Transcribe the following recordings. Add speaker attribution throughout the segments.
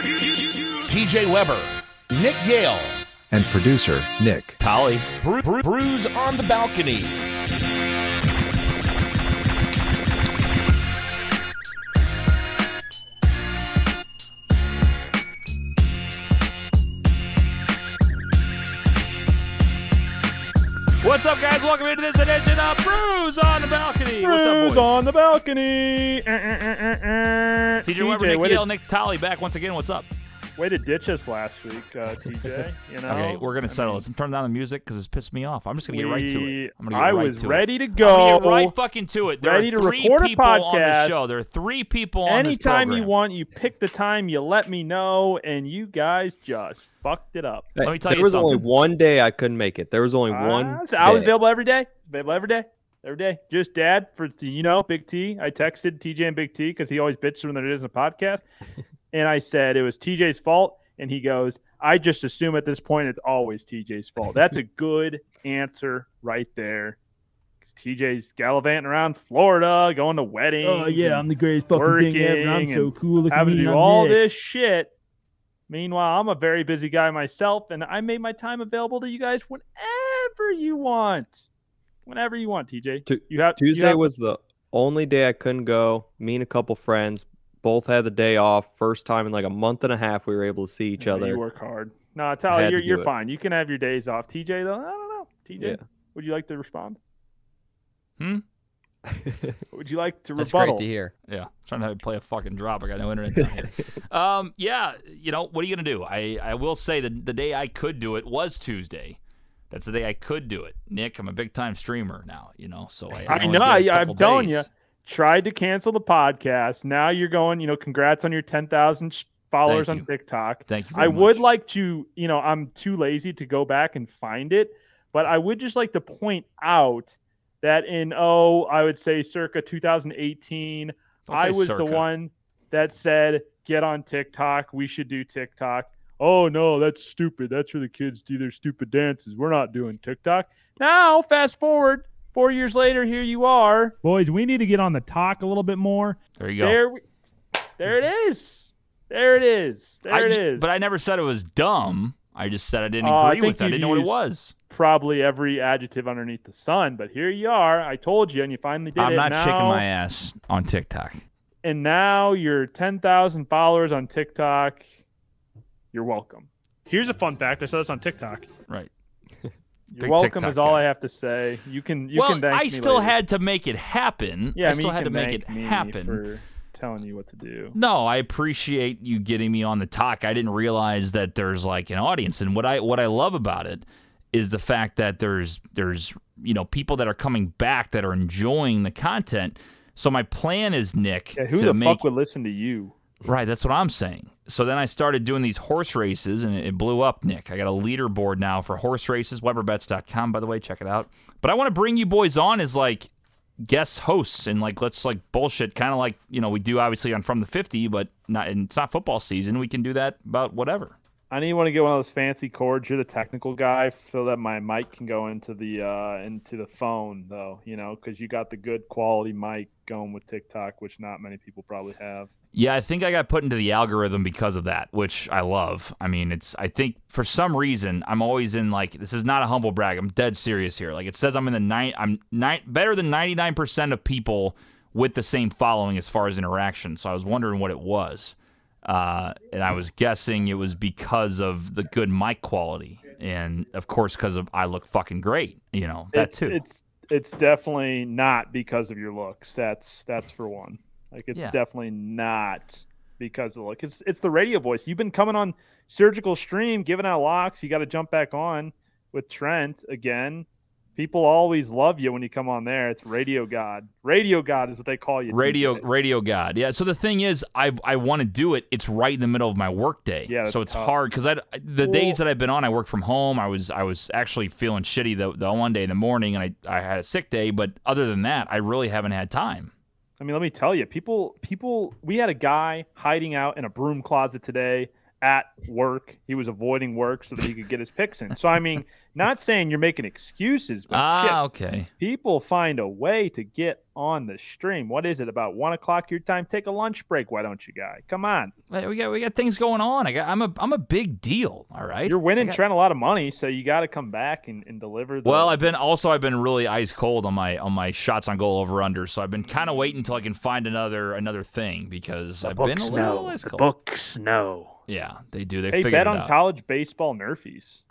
Speaker 1: TJ Weber, Nick Yale,
Speaker 2: and producer Nick
Speaker 3: Tolly.
Speaker 1: Bru- Bru- Brews on the Balcony.
Speaker 3: What's up, guys? Welcome into this edition of Brews on the Balcony. What's up, boys?
Speaker 4: on the balcony. TJ,
Speaker 3: TJ Weber, Nick
Speaker 4: way,
Speaker 3: Yale, Nick Tolly back once again. What's up?
Speaker 4: to, way to ditch us last week, uh, TJ. You know,
Speaker 3: Okay, we're gonna
Speaker 4: I
Speaker 3: settle
Speaker 4: mean,
Speaker 3: this. I'm turning down the music because it's pissed me off. I'm just gonna get right to
Speaker 4: we-
Speaker 3: it. I'm gonna get
Speaker 4: I
Speaker 3: right
Speaker 4: was
Speaker 3: to
Speaker 4: ready
Speaker 3: it.
Speaker 4: to
Speaker 3: I'm
Speaker 4: go.
Speaker 3: gonna get right fucking to it. There
Speaker 4: Ready
Speaker 3: are
Speaker 4: to
Speaker 3: three
Speaker 4: record a
Speaker 3: people on the
Speaker 4: podcast.
Speaker 3: show. There are three people on this
Speaker 4: Anytime you
Speaker 3: program.
Speaker 4: want, you pick the time, you let me know, and you guys just fucked it up.
Speaker 3: Let me tell
Speaker 5: there
Speaker 3: you
Speaker 5: was only
Speaker 3: something. Ah,
Speaker 5: one day I couldn't make it. There was only
Speaker 4: I
Speaker 5: one.
Speaker 4: was, I was
Speaker 5: day.
Speaker 4: available every day. Available every day. Every day. Just dad for you know, Big T. I texted TJ and Big T because he always bitches when there isn't a podcast. and I said it was TJ's fault. And he goes, I just assume at this point it's always TJ's fault. That's a good answer right there. 'Cause TJ's gallivanting around Florida, going to weddings.
Speaker 6: Oh yeah, I'm
Speaker 4: and
Speaker 6: the greatest fucking thing ever.
Speaker 4: working
Speaker 6: I'm so cool. Look at
Speaker 4: having
Speaker 6: me.
Speaker 4: to do
Speaker 6: I'm
Speaker 4: all
Speaker 6: Nick.
Speaker 4: this shit. Meanwhile, I'm a very busy guy myself, and I made my time available to you guys whenever you want. Whenever you want, TJ.
Speaker 5: Tu-
Speaker 4: you have you
Speaker 5: Tuesday
Speaker 4: have-
Speaker 5: was the only day I couldn't go. Me and a couple friends both had the day off. First time in like a month and a half we were able to see each
Speaker 4: Yeah,
Speaker 5: other.
Speaker 4: You work hard. No, Tally,
Speaker 5: had to
Speaker 4: you're
Speaker 5: do
Speaker 4: you're
Speaker 5: it.
Speaker 4: fine. You can have your days off. TJ though, I don't know. TJ,
Speaker 5: Yeah.
Speaker 4: would you like to respond?
Speaker 3: Hmm?
Speaker 4: Would you like to
Speaker 7: That's
Speaker 4: rebuttal?
Speaker 7: great to hear.
Speaker 3: Yeah, trying to play a fucking drop. I got no internet down here. um, yeah, you know what are you gonna do? I I will say that the day I could do it was Tuesday. That's the day I could do it. Nick, I'm a big time streamer now. You know, so I.
Speaker 4: I
Speaker 3: only
Speaker 4: know,
Speaker 3: get a
Speaker 4: I- I'm
Speaker 3: couple
Speaker 4: telling
Speaker 3: days.
Speaker 4: ya. Tried to cancel the podcast. Now you're going. You know, congrats on your 10,000 sh- followers
Speaker 3: Thank
Speaker 4: on
Speaker 3: you.
Speaker 4: TikTok.
Speaker 3: Thank you.
Speaker 4: I
Speaker 3: Very
Speaker 4: would
Speaker 3: much.
Speaker 4: like to, you know, I'm too lazy to go back and find it, but I would just like to point out that in oh, I would say circa 2018,
Speaker 3: Don't
Speaker 4: I
Speaker 3: say
Speaker 4: was
Speaker 3: circa.
Speaker 4: the one that said, "Get on TikTok. We should do TikTok." Oh no, that's stupid. That's where the kids do their stupid dances. We're not doing TikTok. Now, fast forward 4 years later, here you are.
Speaker 6: Boys, we need to get on the talk a little bit more.
Speaker 3: There you go.
Speaker 4: There we, There it is. There it is. There
Speaker 3: I-
Speaker 4: it is.
Speaker 3: But I never said it was dumb. I just said I didn't
Speaker 4: Oh, I
Speaker 3: agree
Speaker 4: think
Speaker 3: with it. I
Speaker 4: you've
Speaker 3: didn't know what it
Speaker 4: used-
Speaker 3: was.
Speaker 4: probably every adjective underneath the sun, but here you are. I told you, and you finally did
Speaker 3: I'm
Speaker 4: it.
Speaker 3: not
Speaker 4: now,
Speaker 3: shaking my ass on TikTok.
Speaker 4: And now you're 10,000 followers on TikTok. You're welcome.
Speaker 6: Here's a fun fact. I saw this on TikTok.
Speaker 3: Right.
Speaker 4: You're
Speaker 3: Big
Speaker 4: welcome
Speaker 3: TikTok
Speaker 4: is all
Speaker 3: guy.
Speaker 4: I have to say. You can you
Speaker 3: well,
Speaker 4: can thank
Speaker 3: I
Speaker 4: me
Speaker 3: still
Speaker 4: later.
Speaker 3: had to make it happen.
Speaker 4: yeah,
Speaker 3: I
Speaker 4: mean,
Speaker 3: still
Speaker 4: you
Speaker 3: had to
Speaker 4: can
Speaker 3: make
Speaker 4: thank
Speaker 3: it
Speaker 4: me
Speaker 3: happen.
Speaker 4: for telling you what to do.
Speaker 3: No, I appreciate you getting me on the talk. I didn't realize that there's like an audience, and what I what I love about it is the fact that there's there's you know people that are coming back that are enjoying the content. So my plan is Nick
Speaker 4: Yeah, who
Speaker 3: to
Speaker 4: the
Speaker 3: make
Speaker 4: fuck would listen to you?
Speaker 3: Right, that's what I'm saying. So then I started doing these horse races and it blew up, Nick. I got a leaderboard now for horse races, weberbets.com by the way, check it out. But I want to bring you boys on as like guest hosts and like let's like bullshit kind of like, you know, we do obviously on From the 50, but not and it's not football season, we can do that about whatever.
Speaker 4: I need one to get one of those fancy cords. You're the technical guy, so that my mic can go into the uh, into the phone, though. You know, because you got the good quality mic going with TikTok, which not many people probably have.
Speaker 3: Yeah, I think I got put into the algorithm because of that, which I love. I mean, it's I think for some reason I'm always in like this is not a humble brag. I'm dead serious here. Like it says I'm in the nine I'm nine better than 99% of people with the same following as far as interaction. So I was wondering what it was. Uh, and I was guessing it was because of the good mic quality and of course because of I look fucking great, you know. That
Speaker 4: it's,
Speaker 3: too.
Speaker 4: It's it's definitely not because of your looks. That's that's for one. Like it's
Speaker 3: Yeah.
Speaker 4: definitely not because of the look. It's it's the radio voice. You've been coming on surgical stream, giving out locks. You got to jump back on with Trent again. People always love you when you come on there. It's radio god. Radio god is what they call you.
Speaker 3: Radio
Speaker 4: TJ.
Speaker 3: Radio God. Yeah. So the thing is, I I want to do it. It's right in the middle of my workday.
Speaker 4: Yeah, that's
Speaker 3: So it's
Speaker 4: tough.
Speaker 3: hard because I the
Speaker 4: Well-
Speaker 3: days that I've been on, I work from home. I was I was actually feeling shitty the, the one day in the morning, and I I had a sick day. But other than that, I really haven't had time.
Speaker 4: I mean, let me tell you, people, people. We had a guy hiding out in a broom closet today at work. He was avoiding work so that he could get his picks in. So I mean, Not saying you're making excuses, but Oh, shit,
Speaker 3: Ah, okay.
Speaker 4: people find a way to get on the stream. What is it about one o'clock your time? Take a lunch break, why don't you, guy? Come on,
Speaker 3: Hey, We got we got things going on. I got I'm a I'm a big deal. All right.
Speaker 4: you're winning,
Speaker 3: I got-
Speaker 4: trying a lot of money, so you got to come back and, and deliver. The,
Speaker 3: Well, I've been also I've been really ice cold on my on my shots on goal over under, so I've been kind of waiting until I can find another another thing because I've been a little ice cold.
Speaker 6: books know.
Speaker 3: Yeah, they do. They
Speaker 4: hey,
Speaker 3: figured
Speaker 4: bet
Speaker 3: it
Speaker 4: on
Speaker 3: out.
Speaker 4: college baseball nerfies.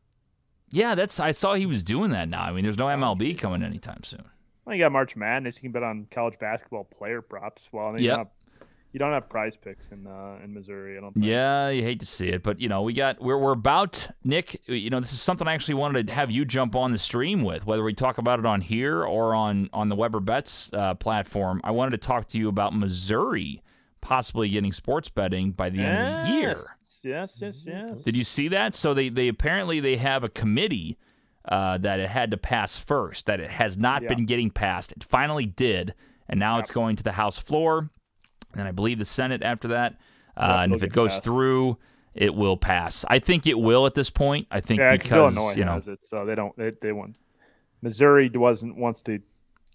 Speaker 3: Yeah, that's I saw he was doing that now. I mean, there's no MLB coming anytime soon.
Speaker 4: Well, you got March Madness. You can bet on college basketball player props. Well, then you,
Speaker 3: Yep.
Speaker 4: don't have, you don't have prize picks in uh, in Missouri. I don't. Think.
Speaker 3: Yeah, you hate to see it, but you know we got we're we're about Nick. You know this is something I actually wanted to have you jump on the stream with, whether we talk about it on here or on on the Weber Bets uh, platform. I wanted to talk to you about Missouri possibly getting sports betting by the end of the year.
Speaker 4: Yes, Yes, yes, yes.
Speaker 3: Did you see that? So they they apparently they have a committee uh, that it had to pass first. That it has not
Speaker 4: Yeah.
Speaker 3: been getting passed. It finally did, and now it's going to the House floor, and I believe the Senate after that. Uh, and
Speaker 4: it'll
Speaker 3: if it
Speaker 4: get
Speaker 3: goes
Speaker 4: passed.
Speaker 3: through, it will pass. I think it will at this point. I think
Speaker 4: Yeah, 'cause
Speaker 3: because
Speaker 4: Illinois
Speaker 3: you know
Speaker 4: has it, so they don't. They, they won't. Missouri wasn't wants to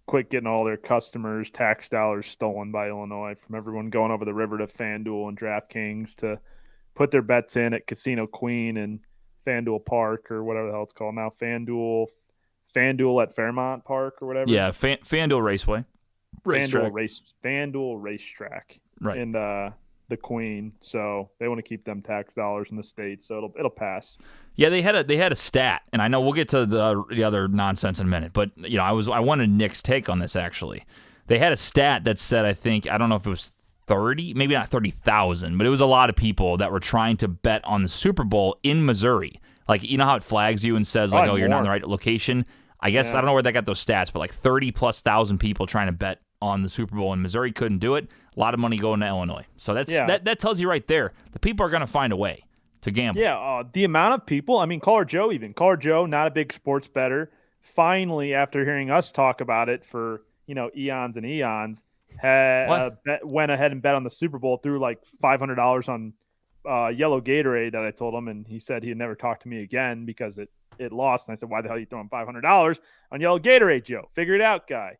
Speaker 4: quit getting all their customers' tax dollars stolen by Illinois from everyone going over the river to FanDuel and DraftKings to put their bets in at Casino Queen and FanDuel Park or whatever the hell it's called now. FanDuel, FanDuel at Fairmont Park or whatever.
Speaker 3: yeah, Fan, FanDuel Raceway,
Speaker 4: FanDuel
Speaker 3: racetrack,
Speaker 4: race FanDuel racetrack
Speaker 3: right?
Speaker 4: and uh the Queen. So they want to keep them tax dollars in the state. So it'll it'll pass.
Speaker 3: Yeah, they had a they had a stat, and I know we'll get to the the other nonsense in a minute. But you know, I was I wanted Nick's take on this actually. They had a stat that said I think I don't know if it was thirty, maybe not thirty thousand, but it was a lot of people that were trying to bet on the Super Bowl in Missouri. Like you know how it flags you and says like,
Speaker 4: Oh,
Speaker 3: oh, you're not in the
Speaker 4: more.
Speaker 3: right location. I guess I don't know where they got those stats, but like thirty plus thousand people trying to bet on the Super Bowl in Missouri couldn't do it. A lot of money going to Illinois, so that's
Speaker 4: Yeah.
Speaker 3: that that tells you right there the people are going to find a way to gamble.
Speaker 4: Yeah, uh, the amount of people. I mean, Caller Joe even Caller Joe, not a big sports better. Finally, after hearing us talk about it for you know eons and eons, had
Speaker 3: What?
Speaker 4: uh, bet, went ahead and bet on the Super Bowl through like five hundred dollars on uh, yellow Gatorade that I told him, and he said he'd never talk to me again because it it lost. And I said, why the hell are you throwing five hundred dollars on yellow Gatorade, Joe? Figure it out, guy.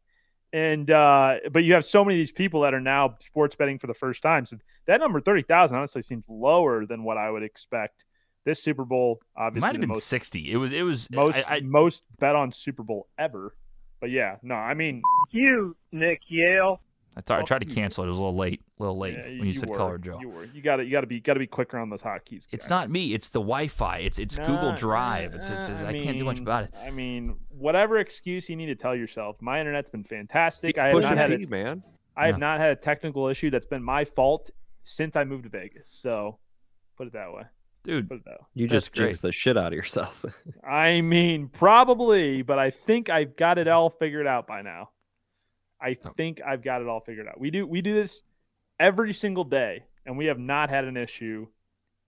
Speaker 4: And uh, but you have so many of these people that are now sports betting for the first time. So that number thirty thousand honestly seems lower than what I would expect. This Super Bowl,
Speaker 3: It
Speaker 4: obviously,
Speaker 3: might have
Speaker 4: the
Speaker 3: been
Speaker 4: most
Speaker 3: 60. It was, it was,
Speaker 4: most
Speaker 3: I, I,
Speaker 4: most bet on Super Bowl ever. But yeah, no, I mean,
Speaker 7: You, Nick Yale.
Speaker 3: I, thought, I tried to cancel it. It was a little late, a little late
Speaker 4: yeah,
Speaker 3: when you, said
Speaker 4: were,
Speaker 3: color, Joe.
Speaker 4: You were, you got to, you got to be, got to be quicker on those hotkeys.
Speaker 3: it's
Speaker 4: guy.
Speaker 3: not me. It's the Wi Fi. It's, it's
Speaker 4: Nah,
Speaker 3: Google
Speaker 4: nah,
Speaker 3: Drive. It's, it's, it's,
Speaker 4: nah,
Speaker 3: I, can't do much
Speaker 4: mean-
Speaker 3: about it.
Speaker 4: I mean, whatever excuse you need to tell yourself, my internet's been fantastic.
Speaker 5: He's
Speaker 4: I have
Speaker 5: pushing
Speaker 4: not had a
Speaker 5: P, man.
Speaker 4: I have
Speaker 3: Yeah.
Speaker 4: not had a technical issue that's been my fault since I moved to Vegas. So put it that way.
Speaker 3: Dude,
Speaker 4: Put it that way.
Speaker 5: You
Speaker 3: That's
Speaker 5: just jinxed the shit out of yourself.
Speaker 4: I mean, probably, but I think I've got it all figured out by now. I
Speaker 8: Oh.
Speaker 4: think I've got it all figured out. We do we do this every single day, and we have not had an issue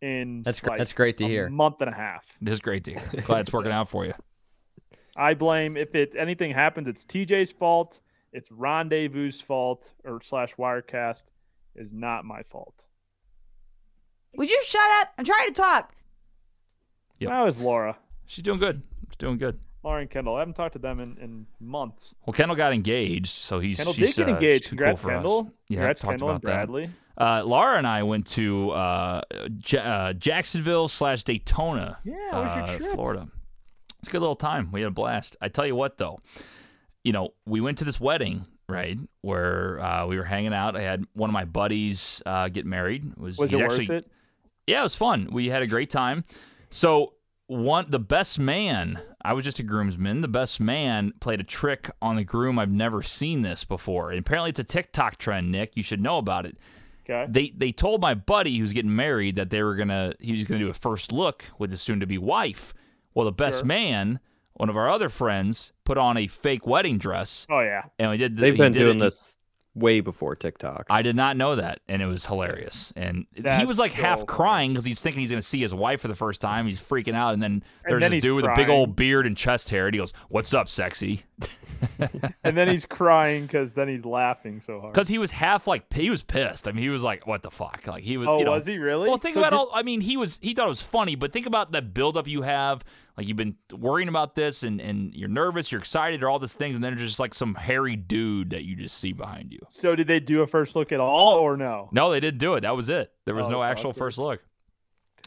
Speaker 4: in
Speaker 8: That's gr-
Speaker 4: like,
Speaker 8: that's great to
Speaker 4: a
Speaker 8: hear.
Speaker 4: month and a half.
Speaker 3: this is great to hear. Glad it's working out for you.
Speaker 4: I blame if it anything happens, it's TJ's fault. It's Rendezvous' fault or slash Wirecast is not my fault.
Speaker 9: Would you shut up? I'm trying to talk.
Speaker 3: Yep.
Speaker 4: That was Laura.
Speaker 3: She's doing good. She's doing good.
Speaker 4: Lauren Kendall. I haven't talked to them in, in months.
Speaker 3: Well, Kendall got engaged, so he's
Speaker 4: Kendall
Speaker 3: she's,
Speaker 4: did get
Speaker 3: uh, she's
Speaker 4: engaged.
Speaker 3: too
Speaker 4: Congrats,
Speaker 3: cool for us.
Speaker 4: Kendall.
Speaker 3: Yeah,
Speaker 4: Congrats,
Speaker 3: talked
Speaker 4: Kendall and
Speaker 3: about that.
Speaker 4: Bradley.
Speaker 3: Uh, Laura and I went to uh, J- uh, Jacksonville slash Daytona,
Speaker 4: Yeah, how was your
Speaker 3: uh,
Speaker 4: trip?
Speaker 3: Florida. It's a good little time. We had a blast. I tell you what, though, you know, we went to this wedding, right, where uh, we were hanging out. I had one of my buddies uh, get married. It was
Speaker 4: Was
Speaker 3: he's
Speaker 4: it
Speaker 3: actually,
Speaker 4: worth it?
Speaker 3: yeah, it was fun. We had a great time. So one the best man, I was just a groomsman. The best man played a trick on the groom. I've never seen this before. And apparently it's a TikTok trend, Nick. You should know about it.
Speaker 4: Okay.
Speaker 3: They they told my buddy who's getting married that they were gonna he was gonna do a first look with his soon to be wife. Well, the best man, one of our other friends, put on a fake wedding dress
Speaker 4: Oh yeah.
Speaker 3: and we did. the-
Speaker 5: They've
Speaker 3: he
Speaker 5: been
Speaker 3: did it
Speaker 5: doing
Speaker 3: in-
Speaker 5: this way before TikTok.
Speaker 3: I did not know that, and it was hilarious. And he was
Speaker 4: That's
Speaker 3: like half
Speaker 4: so
Speaker 3: crying because he's thinking he's going to see his wife for the first time. He's freaking out, and then there's
Speaker 4: then
Speaker 3: this
Speaker 4: he's
Speaker 3: dude with a big
Speaker 4: crying.
Speaker 3: old beard and chest hair, and he goes, "What's up, sexy?"
Speaker 4: and then he's crying because then he's laughing so hard.
Speaker 3: because he was half like he was pissed. I mean, he was like, "What the fuck?" Like he was.
Speaker 4: Oh,
Speaker 3: you know-
Speaker 4: was he really?
Speaker 3: Well, think
Speaker 4: So
Speaker 3: about
Speaker 4: did-
Speaker 3: all. I mean, he was. He thought it was funny, but think about the buildup you have. Like you've been worrying about this, and and you're nervous, you're excited, or all these things, and then there's just like some hairy dude that you just see behind you.
Speaker 4: So did they do a first look at all or no?
Speaker 3: No, they didn't do it. That was it. There was
Speaker 4: Oh,
Speaker 3: no
Speaker 4: that's
Speaker 3: actual
Speaker 4: awkward.
Speaker 3: first look.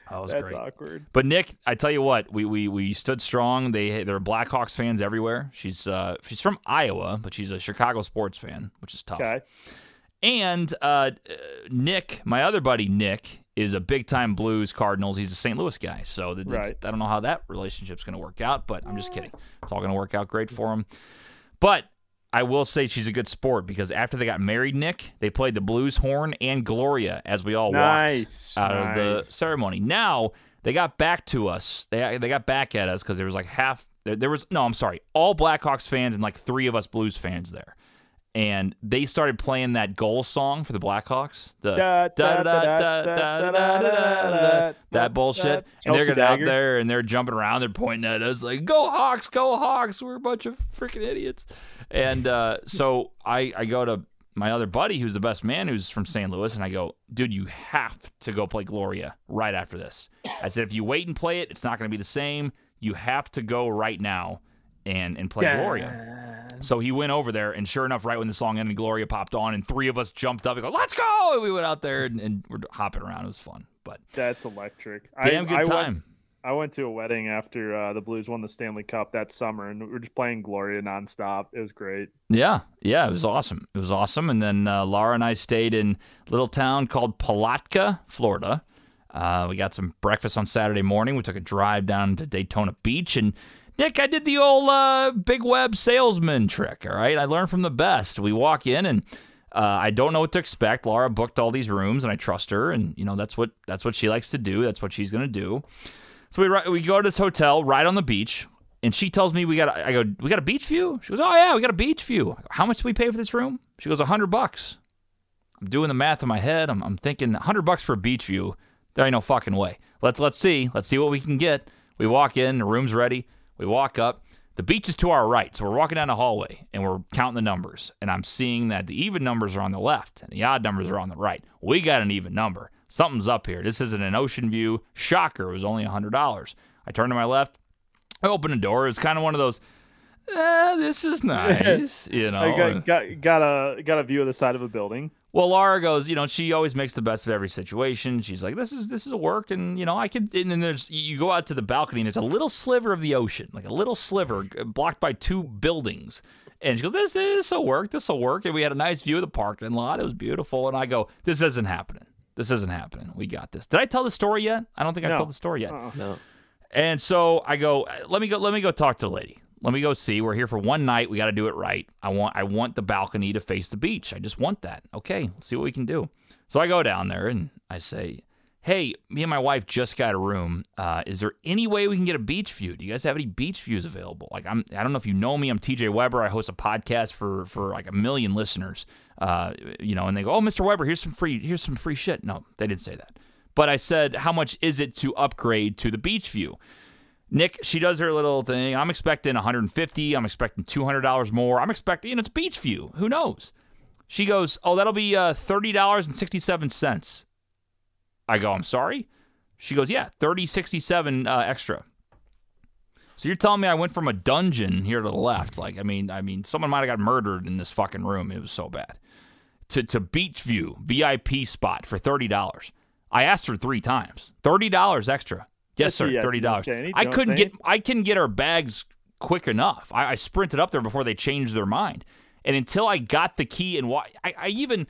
Speaker 3: That was
Speaker 4: That's
Speaker 3: great.
Speaker 4: awkward.
Speaker 3: But Nick, I tell you what, we we, we stood strong. They there are Blackhawks fans everywhere. She's uh she's from Iowa, but she's a Chicago sports fan, which is tough.
Speaker 4: Okay.
Speaker 3: And uh, uh, Nick, my other buddy Nick, is a big time Blues Cardinals. He's a St. Louis guy, so that- that's,
Speaker 4: Right.
Speaker 3: I don't know how that relationship's going to work out, but I'm just kidding. It's all going to work out great for him. But I will say she's a good sport because after they got married, Nick, they played the blues horn and Gloria as we all
Speaker 4: Nice,
Speaker 3: walked out of
Speaker 4: nice.
Speaker 3: the ceremony. Now they got back to us. They they got back at us because there was like half. There, there was no. I'm sorry. All Blackhawks fans and like three of us Blues fans there, and they started playing that goal song for the Blackhawks. The
Speaker 4: Da,
Speaker 3: da
Speaker 4: da,
Speaker 3: da da
Speaker 4: da,
Speaker 3: da da
Speaker 4: da,
Speaker 3: da da
Speaker 4: da, da,
Speaker 3: da
Speaker 4: da,
Speaker 3: that bullshit. And they're
Speaker 4: Chelsea
Speaker 3: getting out
Speaker 4: Dagger.
Speaker 3: there and they're jumping around. They're pointing at us like, "Go Hawks! Go Hawks! We're a bunch of freaking idiots." And uh, so I I go to my other buddy who's the best man who's from St. Louis and I go, "Dude, you have to go play Gloria right after this." I said, "If you wait and play it, it's not going to be the same. You have to go right now and and play Gloria." So he went over there, and sure enough, right when the song ended, Gloria popped on, and three of us jumped up and go, "Let's go!" And we went out there and, and we're hopping around. It was fun, but
Speaker 4: That's electric.
Speaker 3: damn good
Speaker 4: I, I
Speaker 3: time.
Speaker 4: Went, I went to a wedding after uh, the Blues won the Stanley Cup that summer, and we were just playing Gloria nonstop. It was great.
Speaker 3: Yeah, yeah, it was awesome. It was awesome. And then uh, Laura and I stayed in a little town called Palatka, Florida. Uh, we got some breakfast on Saturday morning. We took a drive down to Daytona Beach. And Nick, I did the old uh, big web salesman trick. All right. I learned from the best. We walk in and uh, I don't know what to expect. Laura booked all these rooms and I trust her. And, you know, that's what that's what she likes to do. That's what she's going to do. So we ri- we go to this hotel right on the beach, and she tells me we got. a- I go, we got a beach view. She goes, oh yeah, we got a beach view. I go, How much do we pay for this room? She goes, a hundred bucks. I'm doing the math in my head. I'm, I'm thinking a hundred bucks for a beach view. There ain't no fucking way. Let's let's see. Let's see what we can get. We walk in. The room's ready. We walk up. The beach is to our right, so we're walking down a hallway and we're counting the numbers. And I'm seeing that the even numbers are on the left and the odd numbers are on the right. We got an even number. Something's up here. This isn't an ocean view. Shocker, it was only $100. I turn to my left. I open the door. It's kind of one of those, eh, this is nice, you know.
Speaker 4: I got, got got a got a view of the side of a building.
Speaker 3: Well, Laura goes, you know, she always makes the best of every situation. She's like, this is this is a work, and you know, I could. And then there's you go out to the balcony, and it's a little sliver of the ocean, like a little sliver g- blocked by two buildings. And she goes, this this will work, this will work. And we had a nice view of the parking lot. It was beautiful. And I go, this isn't happening. This isn't happening. We got this. Did I tell the story yet? I don't think I
Speaker 4: No.
Speaker 3: told the story yet.
Speaker 5: No.
Speaker 3: And so I go, let me go, let me go talk to the lady. Let me go see. We're here for one night. We got to do it right. I want, I want the balcony to face the beach. I just want that. Okay, let's see what we can do. So I go down there and I say, hey, me and my wife just got a room. Uh, is there any way we can get a beach view? Do you guys have any beach views available? Like, I'm, I don't know if you know me. I'm TJ Weber. I host a podcast for for like a million listeners. Uh, you know, and they go, oh, Mr. Weber, here's some free, here's some free shit. No, they didn't say that. But I said, how much is it to upgrade to the beach view? Nick, she does her little thing. I'm expecting 150. I'm expecting 200 dollars more. I'm expecting, and it's beach view. Who knows? She goes, oh, that'll be uh, thirty dollars and sixty seven cents. I go, I'm sorry. She goes, yeah, thirty sixty seven uh, extra. So you're telling me I went from a dungeon here to the left? Like, I mean, I mean, someone might have got murdered in this fucking room. It was so bad to, to Beach View VIP spot for thirty dollars. I asked her three times. Thirty dollars extra. Yes,
Speaker 4: That's
Speaker 3: sir.
Speaker 4: a yes.
Speaker 3: Thirty
Speaker 4: You don't
Speaker 3: dollars.
Speaker 4: say anything.
Speaker 3: I
Speaker 4: You don't
Speaker 3: couldn't
Speaker 4: say
Speaker 3: get I couldn't get our bags quick enough. I, I sprinted up there before they changed their mind. And until I got the key and why I, I even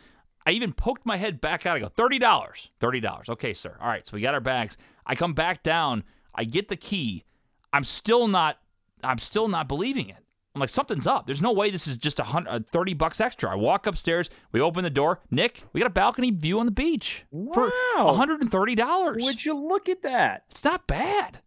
Speaker 3: I even poked my head back out. I go, thirty dollars. Thirty dollars. Okay, sir. All right, so we got our bags. I come back down, I get the key. I'm still not I'm still not believing it. I'm like, something's up. There's no way this is just a hundred, uh, thirty bucks extra. I walk upstairs. We open the door. Nick, we got a balcony view on the beach for
Speaker 4: Wow.
Speaker 3: hundred and thirty dollars.
Speaker 4: Would you look at that?
Speaker 3: It's not bad.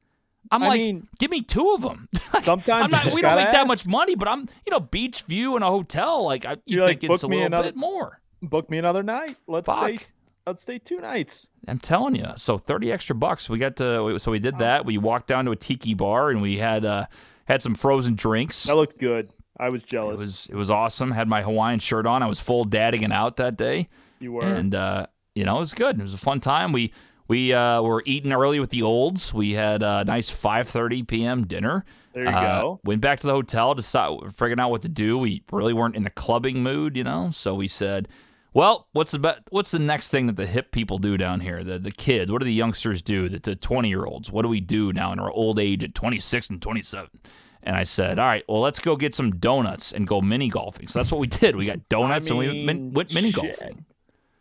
Speaker 3: I'm
Speaker 4: I
Speaker 3: like,
Speaker 4: mean-
Speaker 3: give me two of them.
Speaker 4: Sometimes
Speaker 3: I'm
Speaker 4: you
Speaker 3: not.
Speaker 4: just
Speaker 3: We don't
Speaker 4: gotta
Speaker 3: make that
Speaker 4: ask.
Speaker 3: much money, but I'm, you know, beach view and a hotel. Like, I, you
Speaker 4: You're like,
Speaker 3: think it's a
Speaker 4: book me
Speaker 3: little
Speaker 4: another-
Speaker 3: bit more.
Speaker 4: Book me another night. Let's
Speaker 3: Fuck.
Speaker 4: stay. Let's stay two nights.
Speaker 3: I'm telling you. So thirty extra bucks. We got to. So we did that. We walked down to a tiki bar and we had uh had some frozen drinks.
Speaker 4: That looked good. I was jealous.
Speaker 3: It was it was awesome. Had my Hawaiian shirt on. I was full dadding it out that day,
Speaker 4: you were.
Speaker 3: and uh, you know it was good. It was a fun time. We we uh, were eating early with the olds. We had a nice 5:30 p.m. dinner.
Speaker 4: there you
Speaker 3: Uh,
Speaker 4: go.
Speaker 3: Went back to the hotel, decided figuring out what to do. We really weren't in the clubbing mood, you know. So we said, "Well, what's the be- what's the next thing that the hip people do down here? The the kids? What do the youngsters do? The the twenty year olds? What do we do now in our old age at twenty six and twenty seven? And I said, "All right, well, let's go get some donuts and go mini golfing." So that's what we did. We got donuts and we
Speaker 4: mean,
Speaker 3: min- went mini
Speaker 4: shit.
Speaker 3: golfing.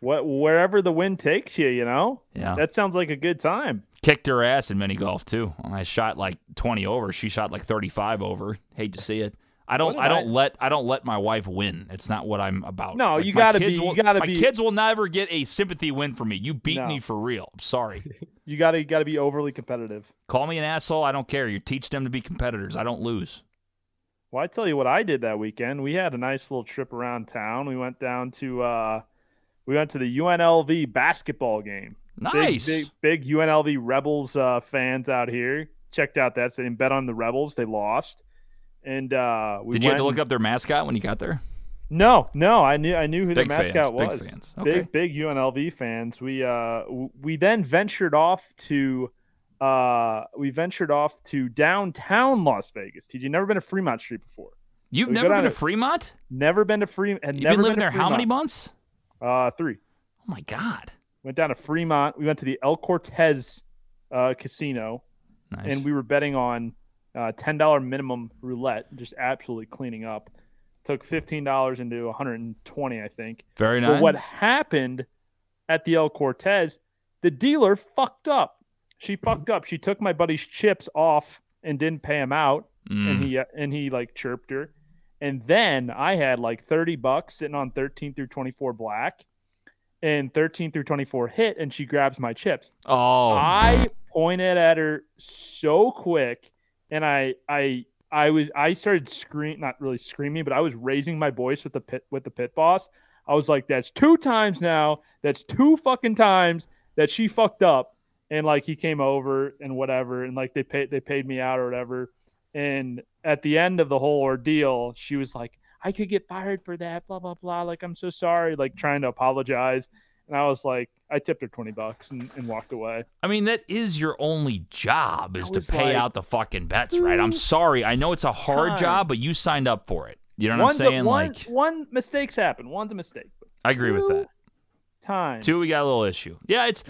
Speaker 4: What wherever the wind takes you, you know.
Speaker 3: Yeah,
Speaker 4: That sounds like a good time.
Speaker 3: kicked her ass in mini golf too. I shot like 20 over. She shot like 35 over. Hate to see it. I don't.
Speaker 4: What
Speaker 3: I
Speaker 4: did
Speaker 3: don't let. I don't let my wife win. It's not what I'm about.
Speaker 4: No, you
Speaker 3: my
Speaker 4: gotta
Speaker 3: kids
Speaker 4: be-
Speaker 3: Will,
Speaker 4: you gotta
Speaker 3: my
Speaker 4: be-
Speaker 3: kids will never get a sympathy win from me. You beat
Speaker 4: No.
Speaker 3: me for real. I'm sorry.
Speaker 4: You gotta you gotta be overly competitive.
Speaker 3: Call me an asshole. I don't care. You teach them to be competitors. I don't lose.
Speaker 4: Well, I tell you what I did that weekend. We had a nice little trip around town. We went down to uh we went to the UNLV basketball game. Big,
Speaker 3: Nice.
Speaker 4: big, big UNLV Rebels uh, fans out here. Checked out that and bet on the Rebels. They lost. And uh we
Speaker 3: Did you have to
Speaker 4: went-
Speaker 3: look up their mascot when you got there?
Speaker 4: No, no, I knew I knew who
Speaker 3: Big
Speaker 4: their
Speaker 3: fans,
Speaker 4: mascot
Speaker 3: big
Speaker 4: was.
Speaker 3: fans. Okay.
Speaker 4: Big big UNLV fans. We uh w- we then ventured off to uh we ventured off to downtown Las Vegas. Did you never been to Fremont Street before?
Speaker 3: You've
Speaker 4: We go
Speaker 3: never been
Speaker 4: down
Speaker 3: to
Speaker 4: to-
Speaker 3: Fremont.
Speaker 4: Never been to Fremont. Had
Speaker 3: You've
Speaker 4: never
Speaker 3: been living
Speaker 4: to
Speaker 3: there how many
Speaker 4: Fremont.
Speaker 3: months?
Speaker 4: Uh, three.
Speaker 3: Oh my god.
Speaker 4: Went down to Fremont. We went to the El Cortez uh, casino,
Speaker 3: Nice.
Speaker 4: and we were betting on uh, ten dollar minimum roulette. Just absolutely cleaning up. Took fifteen dollars into one hundred and twenty, I think.
Speaker 3: Very
Speaker 4: But
Speaker 3: nice.
Speaker 4: what happened at the El Cortez, the dealer fucked up. She fucked up. She took my buddy's chips off and didn't pay him out
Speaker 3: Mm.
Speaker 4: and he uh, and he like chirped her. And then I had like 30 bucks sitting on 13 through 24 black and 13 through 24 hit and she grabs my chips.
Speaker 3: oh,
Speaker 4: I pointed at her so quick and I I I was I started scream not really screaming but I was raising my voice with the pit with the pit boss. I was like that's two times now. That's two fucking times that she fucked up and like he came over and whatever and like they paid they paid me out or whatever. And at the end of the whole ordeal, she was like I could get fired for that blah blah blah like I'm so sorry like trying to apologize. And I was like I tipped her 20 bucks and, and walked away.
Speaker 3: I mean, that is your only job is to
Speaker 4: was
Speaker 3: pay
Speaker 4: like,
Speaker 3: out the fucking bets, right? I'm sorry. I know it's a hard
Speaker 4: time.
Speaker 3: job, but you signed up for it. You know what
Speaker 4: One's a-
Speaker 3: I'm saying?
Speaker 4: one,
Speaker 3: like,
Speaker 4: one mistake's happen. One's a mistake. But
Speaker 3: I agree with that.
Speaker 4: time.
Speaker 3: Two, we got a little issue. Yeah, it's,